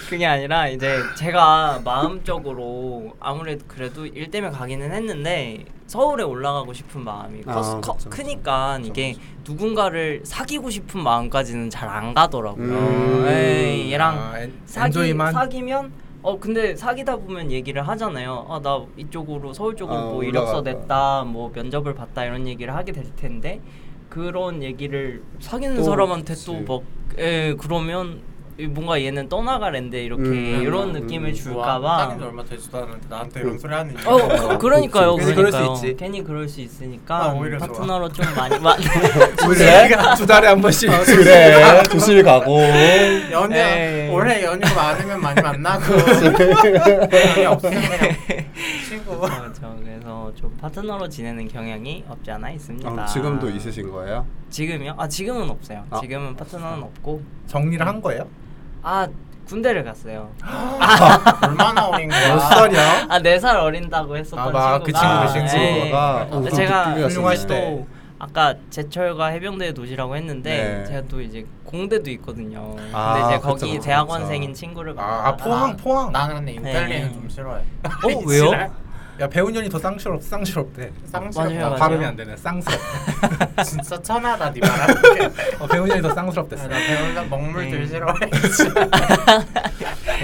S4: 그게 아니라 이제 제가 마음적으로 아무래도 그래도 일 때문에 가기는 했는데 서울에 올라가고 싶은 마음이
S3: 아,
S4: 커, 커
S3: 그쵸.
S4: 크니까
S3: 그쵸,
S4: 이게 누군가를 사귀고 싶은 마음까지는 잘 안 가더라고요.
S3: 음.
S4: 에이, 얘랑
S1: 아, 엔-
S4: 사기,
S1: 엔조이만?
S4: 사귀면 어 근데 사귀다 보면 얘기를 하잖아요. 아 나 이쪽으로 서울 쪽으로
S3: 아,
S4: 뭐 이력서
S3: 올라갔다.
S4: 냈다, 뭐 면접을 봤다 이런 얘기를 하게 될 텐데 그런 얘기를 사귀는
S3: 또,
S4: 사람한테
S3: 그치.
S4: 또 막 에 그러면 이 뭔가 얘는 떠나가랜데 이렇게
S3: 음,
S4: 이런
S3: 음,
S4: 느낌을
S3: 음.
S4: 줄까봐.
S2: 사귄지 얼마 되지도 않았는데 나한테 이런 소리 하는
S4: 어 그, 그러니까요.
S1: 괜히
S4: 괜히
S1: 그럴
S4: 그럴
S1: 수
S4: 수
S1: 있지.
S4: 있지. 괜히 그럴 수 있으니까
S2: 아, 오히려 좋아. 아,
S4: 파트너로 좀 많이
S3: <laughs> 네.
S4: <laughs> 만.
S1: 그래?
S4: 네?
S1: 두 달에 한 번씩.
S3: 그래 조심히 가고
S2: 연휴
S4: 에이.
S2: 올해 연휴 많으면 많이 만나고 연휴 없으면 그냥 쉬고
S4: 그렇죠. 그래서 좀 파트너로 지내는 경향이 없지 않아 있습니다.
S3: 아, 지금도 있으신 거예요?
S4: 지금요? 아 지금은 없어요.
S3: 아.
S4: 지금은 파트너는 없고
S1: 정리를 한 거예요?
S4: 아 군대를 갔어요.
S2: 아, 얼마나 어린 거야
S1: 몇 살이야?
S4: 아, 아네 살 어린다고 했었던
S1: 아, 막 그
S4: 친구가
S1: 친구, 그
S4: 예,
S3: 친구가.
S4: 예.
S3: 어, 좀
S4: 제가
S3: 뚱뚱하시네.
S1: 훌륭하시네.
S4: 또 아까 제철과 해병대 도시라고 했는데
S3: 네.
S4: 제가 또 이제 공대도 있거든요.
S3: 아,
S4: 근데 이제
S3: 그쵸,
S4: 거기
S3: 그쵸,
S4: 대학원생인
S3: 그쵸.
S4: 친구를
S1: 아, 아,
S4: <laughs>
S1: 포항 포항.
S2: 나는 근데 이탈리아는
S4: 네.
S2: 좀 싫어해
S4: 어
S2: <laughs>
S4: 왜요?
S1: 야 배우년이 더 쌍시럽 쌍시럽대.
S4: 어, 맞아요,
S1: 아,
S2: 쌍스럽다
S4: 맞아요.
S1: 발음이 안 되네.
S4: <laughs>
S1: 쌍스럽. <laughs>
S2: 진짜 천하다 네 말하는 게
S1: 어, 배우년이 더
S2: 나
S4: 아,
S1: 쌍스럽댔어.
S2: 배울라 먹물들
S4: 네.
S2: 싫어해
S3: 아,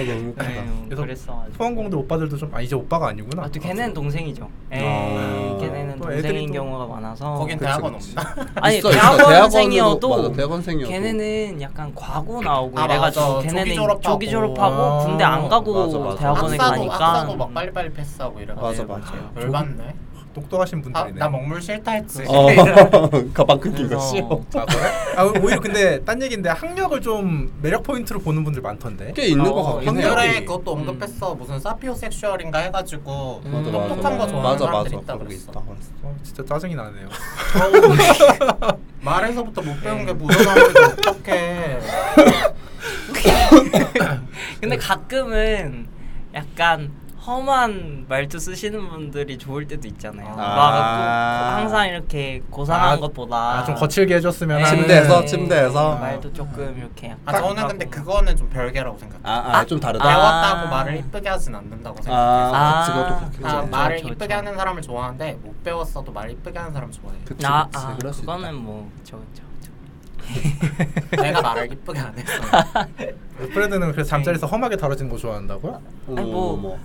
S3: 너무 웃기다
S4: 아유, 그랬어가지고.
S1: 포항공대 오빠들도 좀 아 이제 오빠가 아니구나.
S4: 아또 걔네는 동생이죠. 에이,
S3: 아.
S4: 걔네는
S1: 또 애들이
S4: 동생인
S1: 또-
S4: 경우가 많아서
S2: 거긴
S3: 그치,
S2: 대학원
S3: 그치.
S2: 없나?
S4: 아니
S3: 있어, 있어.
S4: 대학원생이어도
S3: 대학원으로- 맞아, 대학원생이어도.
S4: 걔네는 약간 과고 나오고
S2: 아,
S4: 이래가지고
S2: 맞아.
S4: 걔네는
S2: 조기 졸업하고.
S4: 조기 졸업하고
S1: 아,
S4: 군대 안 가고
S3: 맞아, 맞아.
S4: 대학원에
S2: 학사도,
S4: 가니까
S2: 학사도 막 빨리빨리 패스하고 이래가지고
S3: 맞아, 맞아.
S2: 열받네
S1: 똑똑하신
S2: 아,
S1: 분들이네.
S2: 나 먹물 싫다 했지 <laughs>
S3: 어 <laughs> 가방 끊기가
S4: 그래서-
S3: 싫어
S1: 아, 그래? 아 오히려 근데 딴 얘기인데 학력을 좀 매력 포인트로 보는 분들 많던데.
S3: 꽤 있는
S4: 어,
S3: 거 같긴 해요 네.
S2: 한겨레
S1: 음.
S2: 그것도 언급했어 무슨 사피오 섹슈얼인가 해가지고
S4: 음. 맞아,
S2: 똑똑한 거 좋아하는
S3: 맞아 맞아
S2: 사람들 있다
S3: 그런 게
S2: 그랬어
S3: 있다 그랬어
S1: 어, 진짜 짜증이 나네요.
S2: 어우, 말에서부터 못
S3: 네.
S2: 배운 게 묻어나오는데 어떡해
S4: 근데 가끔은 약간 험한 말투 쓰시는 분들이 좋을 때도 있잖아요.
S2: 아.
S4: 막 항상 이렇게 고상한
S1: 아,
S4: 것보다
S1: 아 좀 거칠게 해줬으면 하는.
S3: 침대에서?
S4: 예,
S3: 침대에서?
S4: 말도 조금 이렇게
S2: 아 저는 근데 그거는 좀 별개라고 생각해
S3: 아좀 다르다
S2: 배웠다고
S4: 아.
S2: 말을 이쁘게 하진 않는다고 생각해
S3: 아,
S4: 아,
S3: 그치, 그것도 그렇긴
S2: 아,
S4: 아,
S3: 해.
S2: 말을
S4: 그렇죠,
S2: 이쁘게
S4: 그렇죠.
S2: 하는 사람을 좋아하는데 못 배웠어도 말 이쁘게 하는 사람 좋아해.
S3: 그치,
S4: 나
S3: 그치,
S4: 아,
S3: 그럴 수 있다.
S4: 그거는 뭐 저저 저.
S2: <laughs>
S4: <laughs>
S2: 내가 말을 이쁘게 안 했어.
S3: <laughs>
S1: 프레드는 그래서 잠자리에서
S4: 네.
S1: 험하게 다뤄지는 거 좋아한다고요?
S4: 아니,
S3: 어머,
S4: 뭐,
S3: 어머.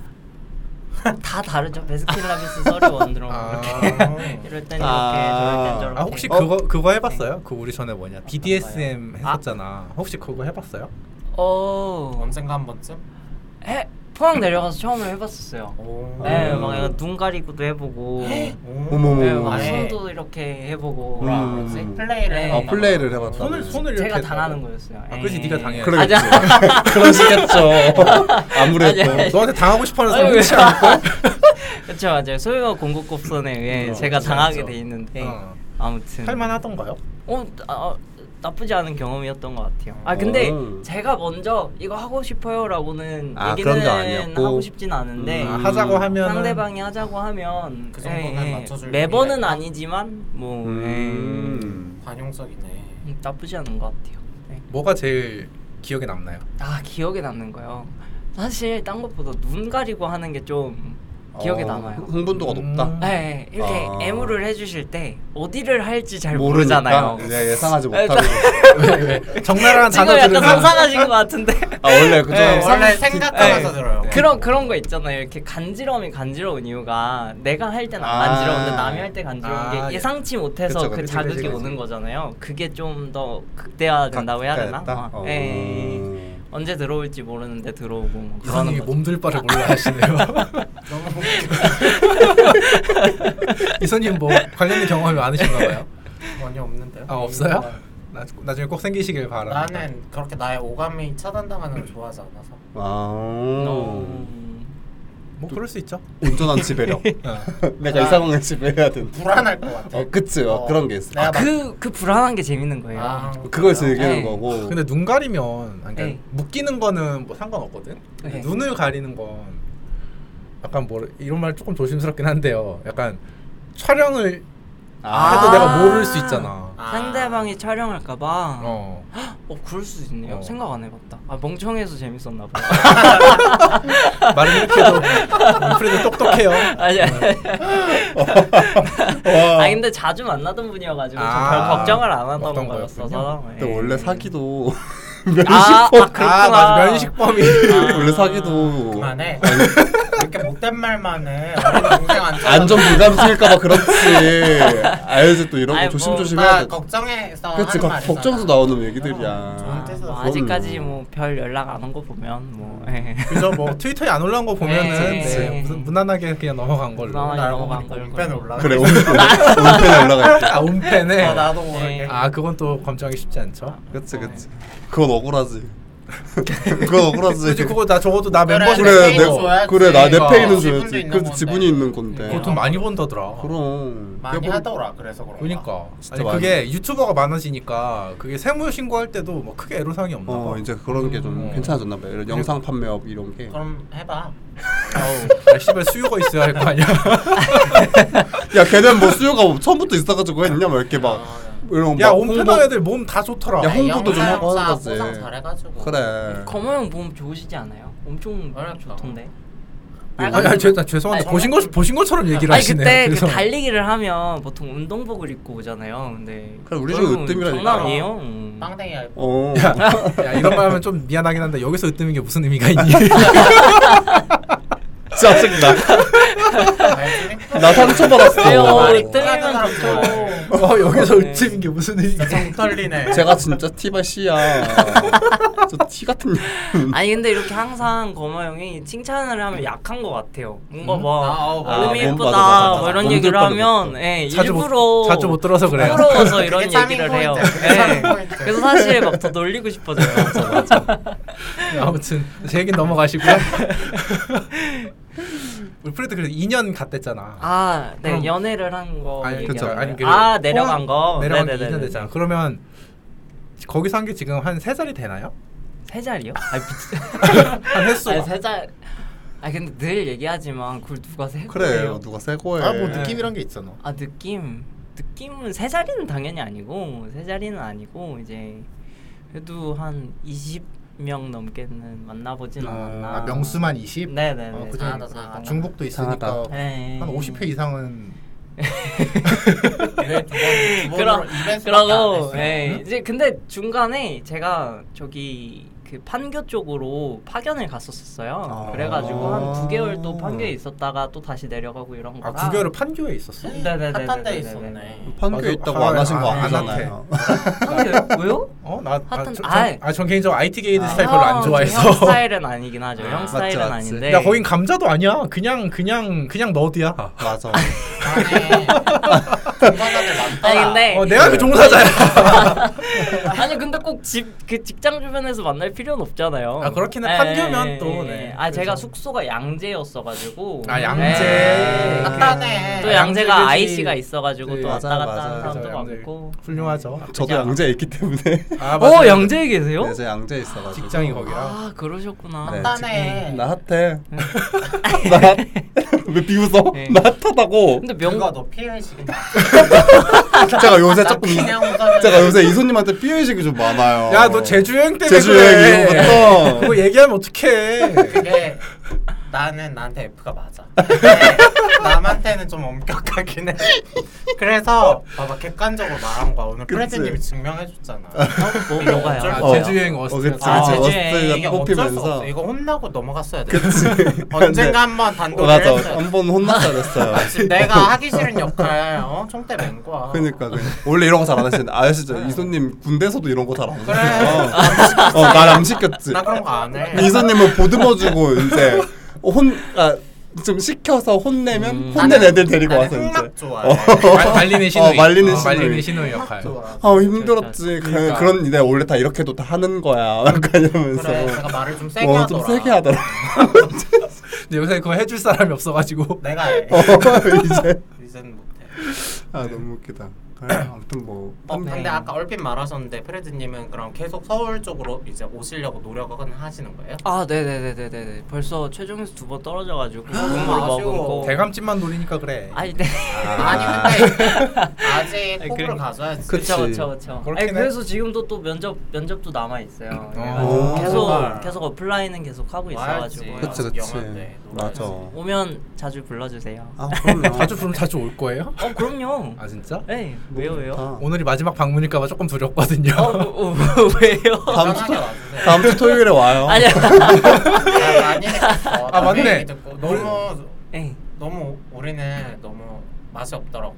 S4: 다 다르죠. 베스킨라빈스 서리 원드롬
S1: 아.
S4: 이렇게 <laughs> 이럴 땐 이렇게 저럴 땐
S3: 아.
S4: 저렇게.
S1: 아 혹시
S3: 어?
S1: 그거 그거 해봤어요? 그 우리 전에 뭐냐 BDSM 했었잖아. 네. 혹시 그거 해봤어요?
S4: 어.
S2: 언젠가 한 번쯤.
S4: 해 포항 내려가서 처음에 해봤었어요.
S2: 오.
S4: 네, 막 약간 눈 가리고도 해보고.
S3: 어머 어머,
S4: 네,
S3: 어머
S4: 막
S2: 아예.
S4: 손도 이렇게 해보고
S3: 음.
S4: 뭐라 그러지?
S2: 플레이를.
S4: 네.
S3: 아
S2: 해봤나
S3: 플레이를
S2: 봐.
S3: 해봤다
S1: 손을 손을
S4: 제가
S1: 이렇게
S4: 당하는
S1: 했다고?
S4: 거였어요.
S1: 아, 그렇지
S4: 에이.
S1: 네가 당해.
S3: 그래. <laughs> 그러겠지.
S4: 아,
S3: 그러시겠죠
S4: 아니,
S3: 아무래도
S1: 뭐, 너한테 당하고 싶어하는 사람 그렇지 않을까?
S4: <laughs> 그렇죠 맞아요. 소유와 공급곡선에 의해
S1: 어,
S4: 제가
S1: 그렇죠,
S4: 당하게
S1: 그렇죠.
S4: 돼 있는데
S1: 어.
S4: 아무튼
S1: 할만하던가요?
S4: 어, 아, 어, 나쁘지 않은 경험이었던 것 같아요. 아 근데
S3: 오.
S4: 제가 먼저 이거 하고 싶어요라고는
S3: 아, 그런 거
S4: 얘기는
S3: 아니었고.
S4: 하고 싶진 않은데
S1: 아, 하자고 하면
S4: 네. 음, 상대방이 하자고 하면 예,
S2: 그 정도는 맞춰줄
S4: 매번은
S2: 용기가 있다.
S4: 아니지만 뭐
S3: 음.
S2: 관용적이네.
S4: 예, 나쁘지 않은 것 같아요. 네.
S1: 뭐가 제일 기억에
S4: <laughs>
S1: 남나요?
S4: 아 기억에 남는 거요. 사실 딴 것보다 눈 가리고 하는 게 좀 기억에
S3: 어,
S4: 남아요.
S3: 흥분도가 높다.
S1: 음.
S4: 네, 이렇게
S3: 아.
S4: 애무를 해주실 때 어디를 할지 잘
S3: 모르니까
S4: 모르잖아요.
S3: 이제 예상하지
S4: 아,
S3: 못하고.
S1: 적나라한
S4: 지금
S1: 단어
S4: 약간
S1: 들으면
S4: 상상하신 것
S3: <laughs>
S4: 같은데.
S3: 아 원래 그죠.
S4: 네,
S2: 원래
S4: 상-
S2: 생각하면서
S4: 네.
S2: 들어요.
S4: 그런 그런 거 있잖아요. 이렇게 간지러움이 간지러운 이유가 내가 할 땐 안
S3: 아.
S4: 간지러운데 남이 할 때 간지러운
S1: 아,
S4: 게
S1: 예.
S4: 예상치 못해서
S3: 그쵸,
S4: 그
S3: 그쵸,
S4: 자극이
S1: 그쵸, 그쵸.
S4: 오는 거잖아요. 그게 좀 더 극대화된다고 해야 되나?
S3: 극대화됐다?
S4: 어.
S3: 어.
S4: 예. 언제 들어올지 모르는데 들어오고 뭐
S1: 이사님이
S4: 그러는 거죠.
S1: 몸둘 바를 몰라 하시네요.
S4: <laughs>
S2: 너무
S1: 이사님 뭐 관련된 경험이 많으신가 봐요.
S2: 전혀 없는데요. 네.
S1: 아 없어요?
S4: 네.
S1: 나, 나중에 꼭 생기시길 바라.
S2: 나는 그렇게 나의 오감이 차단당하는 걸 좋아하지 않아서.
S3: 아.
S4: 음.
S1: 뭐 그럴 수 있죠.
S3: 온전한 지배력. 내가 이
S2: 아.
S3: 상황을 지배해야 된다.
S2: 불안할 것 같아.
S3: 어, 그치요. 그런 게 있어.
S2: 내가 막-
S4: 그, 그 불안한 게 재밌는 거예요.
S2: 아,
S3: 그걸 즐기는
S4: 에이.
S3: 거고.
S1: 근데 눈 가리면 아니,
S4: 네.
S1: 그러니까 묶이는 거는 뭐 상관없거든. 근데
S4: 네.
S1: 눈을 가리는 건 약간 뭐 이런 말 조금 조심스럽긴 한데요. 약간 촬영을
S3: 아.
S1: 해도 내가 모를 수 있잖아.
S2: 아.
S4: 상대방이 촬영할까봐. 어.
S1: 어.
S4: 그럴 수 있네요.
S1: 어.
S4: 생각 안 해봤다. 아, 멍청해서 재밌었나 봐.
S1: 말을 이렇게 해도 프레드 똑똑해요.
S4: <laughs> 아니, 아니.
S3: 와.
S4: 아 근데 자주 만나던 분이어가지고 저
S1: 아,
S4: 별 걱정을 안 하던
S1: 어떤
S4: 거였어서.
S3: 근데
S4: 예.
S3: 원래 사기도 <laughs>
S4: 아,
S3: 면식법
S4: 아 그렇구나.
S1: 아, 맞아. 면식범이.
S3: 원래 사기도
S2: 그만해. 이렇게 못된 말만 해. 어린 동생 안 찾아.
S3: 안전
S2: <laughs>
S3: 불감증일까봐 그렇지. 알지 또 이런
S4: 아이,
S3: 거
S4: 뭐,
S3: 조심조심 해야
S2: 나
S3: 돼.
S2: 걱정해서
S3: 그치
S2: 하는
S3: 걱-
S2: 말이잖아.
S3: 걱정해서 나오는 얘기들이야.
S2: 어, 저한테
S4: 뭐
S2: 그럼.
S4: 아직까지 뭐 별 연락 안 온 거 보면 뭐 예.
S1: 그래서 뭐 트위터에 안 올라온 거 보면은
S4: 네,
S1: 네,
S4: 네.
S1: 무슨 무난하게 그냥 넘어간 걸로.
S4: 무난하게.
S2: 아, 나 알고
S4: 넘어간
S2: 보니까
S4: 걸로.
S2: 온팬 올라.
S3: 그래 오늘
S2: <laughs>
S3: 온팬 올라가 있다.
S1: 아 온팬에.
S2: 아, 나도 모르게.
S4: 네.
S1: 아 그건 또 감정이 쉽지
S4: 아,
S1: 않죠.
S3: 그치 그치. 그건
S2: <laughs>
S3: 억울하지. 그건 억울하지.
S1: 그지 그거 나 적어도 나
S2: 그래,
S1: 멤버십
S3: 그래 네.
S2: 페이는
S3: 내
S2: 줘야지. 어,
S3: 그래 나 내
S1: 그러니까.
S3: 페이는
S2: 지분도
S3: 줘야지.
S2: 있는
S3: 그래서
S2: 건데.
S3: 지분이 있는 건데.
S1: 그거 돈 많이 번다더라.
S3: 그럼. 뭐
S2: 많이
S3: 내가
S2: 하더라. 그래서 그런가.
S1: 그러니까
S3: 진짜
S1: 아니
S3: 많이
S1: 그게 유튜버가 많아지니까 그게 세무 신고할 때도 뭐 크게 애로사항이 없나 봐.
S3: 어 이제 그런 게 좀
S1: 음.
S3: 괜찮아졌나 봐요. 이런 영상 판매업 이런 게.
S2: 그럼 해봐.
S1: 아우, 씨발 수요가 있어야 할 거
S3: <laughs>
S1: 아니야.
S3: <laughs> 야 걔는 뭐 수요가 뭐 처음부터 있어가지고 했냐 막 이렇게 막 이런
S1: 야
S3: 막
S1: 온패당 애들 몸 다 좋더라.
S3: 야, 홍보도 좀 하고 하는
S2: 영상
S3: 거지.
S2: 포상 잘해가지고.
S3: 그래.
S4: <laughs> 검호형 몸 좋으시지 않아요? 엄청
S2: 어렵다.
S4: 좋던데.
S1: 아니, 아니, 죄- 나 죄송한데
S2: 아니,
S1: 보신 거 보신 것처럼 얘기를
S4: 아니
S1: 하시네.
S4: 그때 그
S1: 그래서
S4: 달리기를 하면 보통 운동복을 입고 오잖아요. 근데
S3: 그래, 우리 집은
S4: 그거는
S3: 으뜸이라니까.
S4: 장난 아니에요. 음.
S2: 빵댕이 알.
S3: 어.
S1: 야, 이런 말하면 좀 미안하긴 한데 여기서 으뜸인 게 무슨 의미가 있니?
S3: <laughs> 짜증나.
S2: 알지?
S3: 나 상처
S4: 왜요?
S3: 받았어.
S4: 으뜸이면 좋죠.
S1: 어 여기서
S4: 네.
S1: 으뜸인 게 무슨 의미가? 있니?
S2: 정 털리네.
S3: 제가 진짜 티발 씨야. 저 티 같은 년.
S4: 아니 근데 이렇게 항상 검호 형이 칭찬을 하면 약한 것 같아요. 뭔가
S1: 음?
S2: 아,
S4: 막
S2: 어,
S4: 아,
S2: 맞아,
S4: 몸이
S3: 맞아,
S4: 예쁘다
S3: 맞아, 맞아.
S4: 뭐 이런
S3: 몸
S4: 얘기를
S3: 들떠는
S4: 하면
S3: 것도.
S4: 예,
S1: 자주 못-
S4: 일부러
S1: 자주 못 들어서 그래요.
S4: 부러워서 이런
S2: 그게 타이밍
S4: 얘기를 해요.
S2: 포인트야.
S4: 예.
S2: 타이밍 포인트.
S4: 그래서 사실 막 더 놀리고 싶어져요.
S1: <laughs> 아무튼 제 얘긴 넘어가시고요. <laughs> 울프레드 그래서 2년 갔댔잖아.
S4: 아, 네
S1: 그럼-
S4: 연애를 한 거.
S1: 아니 그쵸
S4: 얘기하는
S1: 아니
S4: 거예요.
S1: 그
S4: 아 내려간 거.
S1: 내려간 게
S4: 네네네네.
S1: 2년 됐잖아 그러면 그거기서 한 게 지금 한 세 자리 되나요?
S4: <laughs> 세 자리요? 아 미친.
S1: <laughs> 한 횟수가
S4: 아니, 세 자. 아 근데 늘 얘기하지만 그걸 누가 세
S3: 그래
S4: 거예요?
S3: 누가 세고 해.
S1: 아뭐 느낌이란 게 있잖아
S4: 아 느낌 느낌은 세 자리는 당연히 아니고 세 자리는 아니고 이제 그래도 한 20명 넘게는 만나보진 않았나.
S1: 아, 명수만 20?
S4: 네네네.
S1: 어, 그
S4: 아,
S1: 중에
S4: 나 사과.
S1: 중복도 있으니까
S3: 사과다.
S4: 네.
S1: 한 50회 이상은
S4: 그러,
S2: 그럼
S4: 그러고 예, 이제 근데 중간에 제가 저기 그 판교 쪽으로 파견을 갔었었어요.
S3: 아.
S4: 그래가지고 한 9개월 또 판교에 있었다가 또 다시 내려가고 이런 거.
S1: 아 9개월을 판교에 있었어?
S4: 네네네.
S2: 핫한 데 있었네.
S3: 판교에
S1: 맞아.
S3: 있다고 안 하신 거
S1: 아, 안
S3: 아니잖아요.
S4: 판교 왜요?
S1: 어? 나, 아,
S4: 하여튼
S1: 저,
S4: 아이.
S1: 전, 아, 전 개인적으로 IT 게이드
S3: 아.
S1: 스타일 별로 안
S4: 형
S1: 좋아해서.
S4: 스타일은 아니긴 하죠.
S3: 아,
S4: 형
S3: 맞지,
S4: 스타일은
S3: 맞지.
S1: <laughs>
S4: 아닌데.
S1: 야, 거긴 감자도 아니야. 그냥, 그냥, 그냥 너드야.
S3: 맞아.
S2: 아니 공간을 만들어.
S4: 아니 근데
S1: 어, 내가 그 종사자야.
S4: <laughs> 아니 근데 꼭 집 그 직장 주변에서 만날 필요는 없잖아요.
S1: 아, 그렇긴 해.
S4: 예,
S1: 판교면
S4: 예,
S1: 또,
S4: 예.
S1: 네.
S4: 아 제가
S1: 그렇죠.
S4: 숙소가 양재였어가지고.
S1: 아, 양재.
S4: 예.
S2: 간단해.
S4: 또
S1: 양재지.
S4: 양재가 아이씨가 있어가지고
S1: 네,
S4: 또 왔다
S3: 맞아요,
S4: 갔다 하는
S3: 맞아요.
S4: 사람도
S1: 양재.
S4: 많고. 음.
S1: 훌륭하죠.
S3: <laughs> 저도
S4: 그냥-
S3: 양재에 있기 때문에.
S1: 아,
S4: 어
S1: 맞아요.
S4: 양재에 계세요?
S3: 네, 저 양재에 있어가지고.
S1: 직장이 거기라.
S4: 아 그러셨구나.
S3: 네.
S2: 간단해.
S3: 나 <laughs> 핫해. 나 핫. 왜 비웃어?
S4: 네.
S3: 나 핫하다고.
S4: 근데 명
S2: 명가 너 피해식이
S3: 제가 요새 조금 이-
S2: 그냥 웃어요.
S3: 제가 요새 이소님한테 삐 의식이 좀 많아요.
S1: 야, 너 제주 여행 때문에
S3: 제주
S1: 그래.
S3: 여행 이후부터.
S1: 그거 얘기하면
S4: 네.
S1: 어떡해.
S2: 그게 나는 나한테 F가 맞아. 근데 남한테는 좀 엄격하긴 해. 그래서 봐봐 객관적으로 말한 거야. 오늘
S3: 그치.
S2: 프레드님이 증명해줬잖아.
S4: 뭐, 뭐가요?
S2: 어쩔
S1: 아,
S2: 거야.
S1: 제주 여행
S3: 어,
S1: 어스트.
S3: 그치.
S4: 아,
S3: 그치.
S4: 제주에
S2: 이게
S3: 어스트가
S2: 어쩔 수
S3: 뽑히면서.
S2: 없어. 이거 혼나고 넘어갔어야 돼.
S3: 근데-
S2: 언젠가 한번 단독을
S3: 맞아.
S2: 했어요.
S3: 한번 혼났어야 됐어요.
S2: 지금 내가 하기 싫은 역할 어? 총대 맨 거야.
S3: 그러니까 그냥. 원래 이런 거 잘 안 하시는데 아 진짜 이소님 군대에서도 이런 거 잘 안
S2: 그래.
S3: 하시네요. 어, 날안 시켰지.
S2: 나 그런 거 안 해.
S3: 이소님은 보듬어주고 이제 혼 아, 좀 시켜서 혼내면 혼낸 애들 데리고 와서
S2: 나는
S3: 뭐 이제
S2: 흑막 좋아해.
S1: 말- 말리는 신우.
S3: 어, 말리는
S1: 어, 말리는
S3: 신우이.
S1: 신우 역할.
S2: 좋아.
S3: 아 힘들었지. 그
S1: 그러니까.
S3: 런데 원래 다 이렇게도 다 하는 거야. <laughs> 약간 이러면서
S2: 그래 제가 말을 좀 세게
S3: 어,
S2: 하더라.
S3: 좀 세게 하더라.
S1: 근데 요새 그거 해줄 사람이 없어가지고.
S2: 내가 해.
S3: <laughs> 이제
S2: 이젠 못해.
S3: 아 너무 웃기다. 그래, 아무튼 뭐
S2: 어, 근데 아까 얼핏 말하셨는데 프레드님은 그럼 계속 서울 쪽으로 이제 오시려고 노력은 하시는 거예요?
S4: 아 네네네네네. 벌써 최종에서 두 번 떨어져가지고 국물
S2: 아쉬워.
S4: 먹은 거.
S1: 대감집만 노리니까 그래.
S4: 아니 네.
S2: 아. 니 근데 아직
S4: 아니,
S2: 호불호
S4: 그러니까.
S2: 가져야지.
S3: 그- 그치.
S4: 그렇죠, 그렇죠, 그렇죠.
S1: 그렇긴
S4: 아니
S1: 해.
S4: 그래서 지금도 또 면접 면접도 남아 있어요.
S1: 오.
S4: 계속
S2: 정말.
S4: 계속 어플라인은 계속 하고
S2: 와야지.
S4: 있어가지고
S3: 그치
S2: 아직
S3: 그치
S2: 영화인데,
S3: 맞아.
S4: 오면 자주 불러주세요.
S3: 아 그럼요.
S1: 자주 부르면 자주 올 거예요?
S4: 어 그럼요.
S1: 아 진짜?
S4: 네 왜요 왜요?
S3: 아.
S1: 오늘이 마지막 방문일까봐 조금 두렵거든요.
S4: 어, 어, 어, 왜요?
S3: 다음 주
S2: 편하게 와주세요.
S3: 다음 주 토요일에 와요.
S4: <laughs> 아니야.
S2: 아, 많이 느꼈어.
S1: 아, 맞네.
S2: 얘기 듣고 너무
S4: 에이,
S2: 너무 우리는 너무 맛이 없더라고.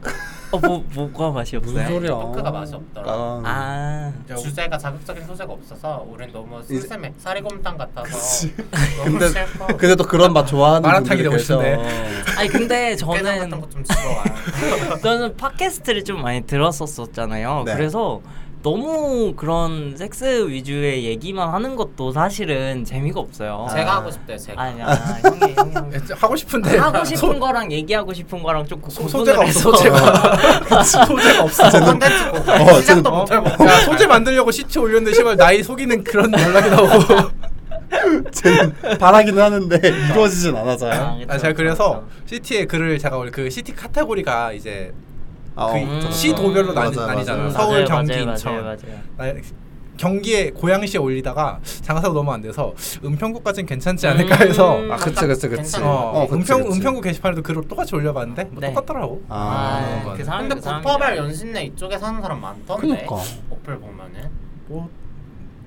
S4: 어뭐 뭐가 네. 맛이
S3: 무슨
S4: 없어요?
S3: 소리야?
S2: 토크가 맛이 없더라.
S3: 아,
S4: 아
S1: 야,
S2: 주제가 자극적인 소재가 없어서 우린 너무
S3: 이제-
S2: 쓸쓸해. 사리곰탕 같아서
S3: 그치.
S2: 너무
S3: <laughs> 근데
S2: 슬퍼.
S3: 근데 또 그런 맛 좋아하는
S1: 마라탕이
S3: 분들이
S1: 되고
S3: <laughs>
S1: 싶네.
S3: 계셔.
S4: 아니 근데
S2: 깨장
S4: 저는
S2: 같은 거좀 집어와요.
S4: <laughs> 저는 팟캐스트를 좀 많이 들었었잖아요.
S3: 네.
S4: 그래서 너무 그런 섹스 위주의 얘기만 하는 것도 사실은 재미가 없어요.
S2: 제가 하고 싶대요. 제가.
S4: 아, 아니야 형이 형이 하고 싶-
S1: 하고 싶은데 <laughs>
S4: 하고 싶은
S1: 소-
S4: 거랑 얘기하고 싶은 거랑 좀
S1: 소,
S4: 구분을
S1: 소재가 없어
S4: 해서
S1: 소재가 소재가 없어.
S2: 콘텐츠 보고
S3: 어,
S2: 시작도
S3: 쟤는-
S2: 못할
S1: 야 소재 만들려고 시체 올렸는데 시발 나이 속이는 그런 연락이 나오고.
S4: 아,
S3: 쟤는 바라기는 하는데 <laughs> 이루어지진 않아요.
S4: 그쵸,
S1: 아 제가
S4: 그쵸,
S1: 그래서
S4: 그쵸.
S1: 시티의 글을 제가 원래 그 시티 카테고리가 이제
S3: 아,
S1: 그
S3: 음.
S1: 시도별로 나뉘-
S3: 맞아요,
S1: 나뉘잖아요.
S3: 맞아요.
S1: 서울,
S4: 맞아요,
S1: 경기,
S4: 맞아요,
S1: 인천.
S4: 맞아요, 맞아요.
S1: 나- 경기에 고양시에 올리다가 장사가 너무 안 돼서 은평구까지는 괜찮지 않을까 해서
S4: 음.
S3: 아 그치 그치 그치.
S2: 괜찮아.
S1: 어,
S3: 그치,
S1: 은평
S3: 그치.
S1: 은평구 게시판에도 글을 똑같이 올려봤는데 뭐
S4: 네.
S1: 똑같더라고.
S3: 아,
S4: 아,
S1: 맞아요.
S4: 그 사람
S2: 근데 구파발 연신내 이쪽에 사는 사람 많던데.
S3: 그니까.
S2: 어플 보면은.
S1: 뭐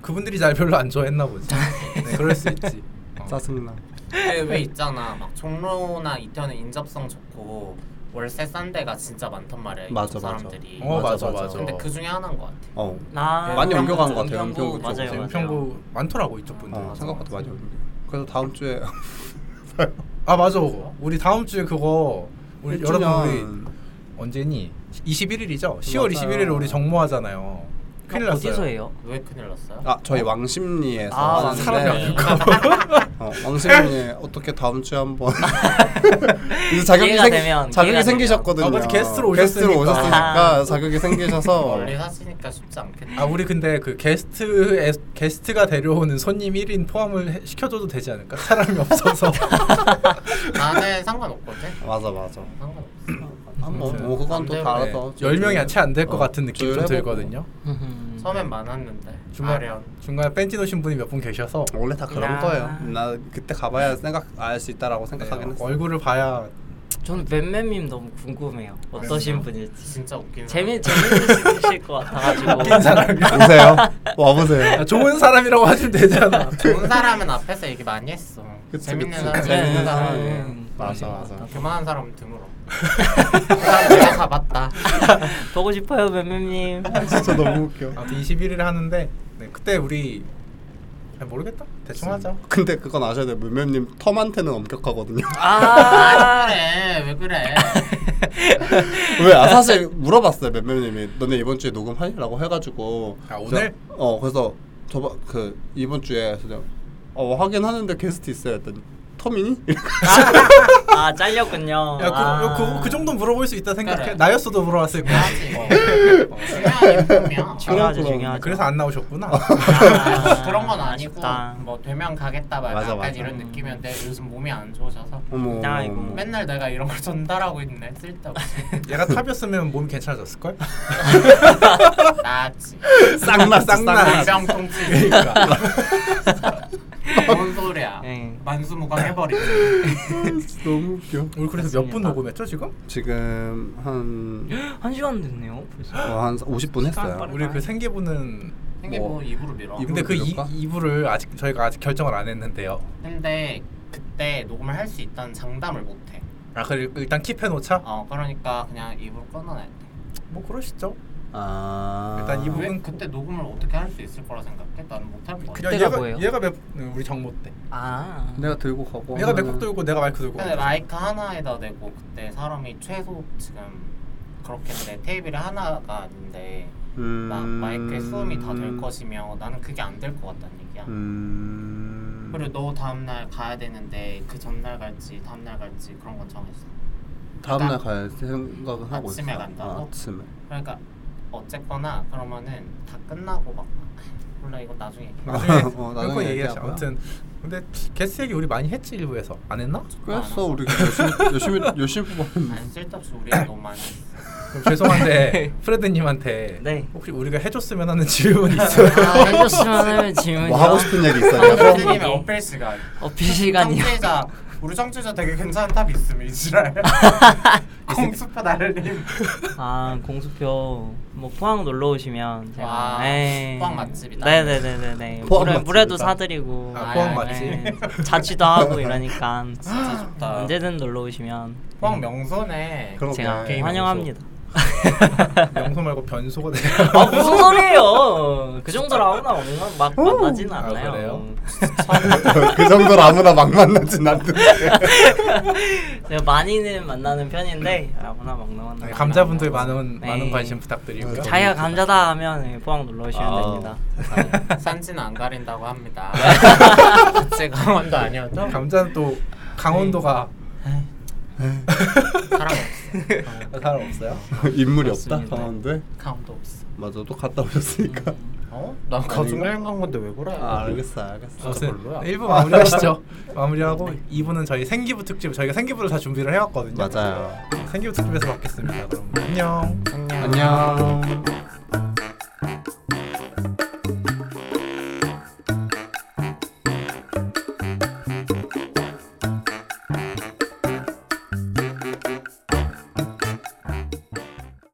S1: 그분들이 잘 별로 안 좋아했나 보지. 네, 그럴 수
S3: <laughs>
S1: 있지. 어.
S3: 짜증나.
S2: 왜, 왜 있잖아. 막 종로나 이태원은 인접성 좋고 월세 싼 데가 진짜 많단 말이야. 이쪽
S3: 맞아, 맞아.
S2: 사람들이.
S1: 어, 맞아, 맞아.
S2: 근데 그 중에 하나인 것 같아.
S3: 어.
S1: 네,
S4: 나
S2: 많이 옮겨간
S3: 것 같아요,
S4: 은평구
S3: 은평구 쪽.
S4: 맞아요, 맞아요.
S1: 은평구 많더라고 이쪽 분들.
S3: 어,
S2: 맞아,
S3: 생각보다
S2: 맞아.
S3: 많이 올린대. 그래서 다음 주에 <laughs>
S1: 아 맞아. 우리 다음 주에 그거 우리
S3: 일주년.
S1: 여러분 우리 언제니? 21일이죠. 10월
S3: 맞아요.
S1: 21일에 우리 정모하잖아요. 큰일
S4: 어,
S1: 났어요.
S4: 어디서 해요?
S2: 왜 큰일 났어요?
S3: 아 저희 왕십리에서
S4: 아,
S3: 하는데
S1: 사람이
S3: <laughs> 어, 왕십리에 어떻게 다음 주에 <laughs> 한번 이제 자격이
S4: 기회가
S3: 생
S4: 되면, 기회가
S3: 자격이 생기셨거든요.
S1: 되면. 아, 맞아, 게스트로 오셨으니까.
S3: 게스트로 오셨으니까 자격이 생기셔서
S2: <laughs> 멀리 사시니까 쉽지 않겠네.
S1: 아 우리 근데 그 게스트 게스트가 데려오는 손님 1인 포함을 해- 시켜줘도 되지 않을까? 사람이
S3: <laughs>
S1: 없어서.
S2: 나는 상관없거든.
S3: 맞아 맞아.
S2: 상관없어.
S3: 한번 뭐 그건 또 다 알아서
S1: 열 명이 채 안 될 것
S3: 어,
S1: 같은 느낌이 좀
S3: 조율해보고.
S1: 들거든요.
S2: 처음엔
S3: 아.
S2: 많았는데.
S1: 중간
S2: 마련.
S1: 중간에 뺀티 놓으신 분이 몇 분 계셔서
S3: 원래 다 그런
S4: 나-
S3: 거예요. 나 그때 가봐야 생각 알 수 있다라고 생각하긴 했어.
S1: 얼굴을 봐야
S4: 저는 맨맨님 너무 궁금해요. 어떠신 분일지.
S2: 진짜 웃긴
S4: 재미 재밌으실
S1: 웃긴
S4: 것 같아가지고.
S1: 사람이
S3: <laughs> 오세요. 와보세요.
S1: 좋은 사람이라고 하시면 되잖아.
S3: <laughs> 네.
S2: 사람. 좋은 사람은 앞에서 얘기 많이 했어.
S3: 그치,
S2: 재밌는
S3: 그치.
S2: 사람.
S3: 재밌는
S2: 재밌는
S3: 사람.
S2: 사람.
S4: 음.
S3: 맞아
S4: 것
S3: 맞아.
S4: 같아서.
S2: 교만한
S3: <laughs>
S2: 사람 드물어. 그 사람 내가 잡았다.
S4: <laughs>
S2: <laughs>
S4: 보고 싶어요
S1: <laughs>
S4: 맴맴님
S3: 진짜 너무 웃겨.
S1: 아무튼 21일에 하는데 네, 그때 우리 아, 모르겠다 대충 하자
S3: 근데 그건 아셔야 돼요. 맴맴님 텀한테는 엄격하거든요. <laughs>
S4: 아
S2: 그래 왜 그래?
S3: 왜? 아, 사실 물어봤어요. 맴맴님이 너네 이번 주에 녹음하니라고 해가지고.
S1: 아, 오늘?
S3: 저- 어 그래서 저그 이번 주에 그냥 어 하긴 하는데 게스트 있어요 했더니 텀이니? <laughs>
S4: 아 잘렸군요
S1: 야,
S4: 아.
S1: 그, 그, 그 정도 물어볼 수 있다 생각해
S2: 그래.
S1: 나였어도 물어봤을 거야
S2: 중요하지. 중요한 인품이야.
S3: 아.
S4: 중요하죠
S3: 그렇구나.
S4: 중요하죠
S1: 그래서 안
S2: <laughs>
S1: 나오셨구나 <laughs>
S2: 아, 그런 건 아니고
S4: 아쉽다.
S2: 뭐 되면 가겠다 말
S3: 맞아,
S2: 약간
S3: 맞아.
S2: 이런 느낌이었는데 요즘 몸이 안 좋으셔서
S3: 어머.
S4: 아이고.
S3: 어머.
S2: 맨날 내가 이런 걸 전달하고 있네 쓸데없이
S3: <laughs>
S1: 얘가 탑이었으면 몸이 괜찮아졌을 걸
S2: 나지
S3: 쌍나 그러니까.
S1: 쌍나.
S3: 쌍나.
S2: 이병통치 뭔 소리야
S4: 예.
S2: 만수무강 해버리지
S3: <laughs> 너무 웃겨.
S1: 우리 그래서 몇 분 녹음했죠 지금
S3: 지금 한한
S4: 한 시간 됐네요 벌써
S3: 어, 한 50분 했어요.
S4: 빠르다.
S1: 우리 그 생계부는
S2: 생긴
S3: 뭐.
S2: 뭐 입으로 밀어
S3: 입-
S1: 근데 그 이,
S3: 들을까?
S1: 이부를 아직 저희가 아직 결정을 안 했는데요
S2: 근데 그때 녹음을 할 수 있다는 장담을 못해
S1: 아 그래 일단 킵해 놓자
S2: 어 그러니까 그냥 입으로 끊어놔야 돼
S1: 뭐 그러시죠
S4: 어,
S3: 아.
S1: 일단 이 부분-
S2: 왜 그때 녹음을 어떻게 할 수 있을 거라 생각해? 나는 못할 거 같아
S4: 그때가
S1: 얘가,
S4: 뭐예요?
S1: 얘가 몇 응, 우리 정모 때
S4: 아
S3: 내가 들고 가고.
S1: 얘가
S3: 하면은-
S1: 맥북 들고 내가 마이크 들고
S4: 네,
S2: 근데 마이크 하나에다 대고 그때 사람이 최소 지금 그렇겠는데 테이블이 하나가 아닌데
S3: 음.
S2: 막 마이크에 수음이 다 될 것이며 나는 그게 안 될 것 같다는 얘기야
S3: 음.
S2: 그리고 너 다음날 가야 되는데 그 전날 갈지 다음날 갈지 그런 건 정했어
S3: 다음 날 갈 생각은 하고 있어.
S2: 아침에 간다고?
S3: 아침에.
S2: 그러니까 어쨌거나 그러면은 다 끝나고 막 몰라 이거 나중에 얘기해.
S4: 아.
S1: 나중에
S3: 어, 나중에
S1: 그거 얘기하자.
S3: 얘기하고요.
S1: 아무튼 근데 게스트 얘기 우리 많이 했지 일부에서 안 했나?
S3: 꽤했어 우리 열심히 열심히 열심히 뽑았는데.
S2: 아니 쓸데없이 우리가 너무 많이 했어
S1: 그럼
S4: <laughs>
S1: 죄송한데 프레드님한테
S4: 네.
S1: 혹시 우리가 해줬으면 하는 질문
S4: <laughs>
S1: 있어요?
S4: 아, 해줬으면 하는 질문이요
S3: 뭐 하고 싶은 얘기 있었냐?
S2: 아, 선생님의 어필 시간
S4: 그러니까 어필 시간이요
S2: 청취자 우리 청취자 되게 괜찮은 탑 있음
S4: <laughs>
S2: 이지랄 <laughs> 공수파 날림
S4: 아 공수표 뭐 포항 놀러 오시면 제가
S2: 와,
S4: 네.
S2: 포항 맛집이다.
S4: 네네네네네
S3: 포항
S4: 물에, 물에도
S3: 맛집이다.
S4: 사드리고 네,
S1: 아,
S2: 포항
S1: 맛집.
S3: <laughs>
S4: 자취도 하고 이러니까
S2: 진짜 좋다
S4: 언제든 놀러 오시면
S2: 포항 명소네
S3: 그럼
S4: 제가
S3: 오케이, <laughs>
S4: 환영합니다
S1: 명소 말고 변소가 돼요.
S4: <laughs> 아 무슨 소리예요 그 정도로 아무나 없나 막
S3: 어.
S4: 만나진
S1: 아,
S4: 않아요
S1: 그래요?
S3: 그 정도로 아무나 막 만나진 않는데.
S4: 제가 많이는 만나는 편인데 아무나 막 만나는
S1: 네,
S4: 편
S1: 감자분들
S4: 아니라서.
S1: 많은
S4: 네.
S1: 많은 관심 부탁드리고요.
S4: 자기가 감자다 아, 하면 네, 포항 놀러 오시면
S3: 아.
S4: 됩니다
S2: 산지는 안 가린다고
S4: <laughs>
S2: 합니다 그치 강원도 아니어도
S1: 감자는 또 강원도가
S4: 네.
S2: 사람 없어
S1: 사람 없어요?
S3: 인물이 없다.
S4: 맞습니다.
S3: 강원도에.
S2: 강원도 없어
S3: 맞아 또 갔다 오셨으니까.
S2: 어? 난 가족 여행 간 건데 왜 그래
S3: 아, 알겠어 알겠어.
S1: 아무튼 1부 그 <laughs> 마무리하시죠. 마무리하고 2부는 저희 생기부 특집 저희가 생기부를 다 준비를 해왔거든요.
S3: 맞아요.
S1: 생기부 특집에서 뵙겠습니다. 그럼 안녕.
S3: 안녕.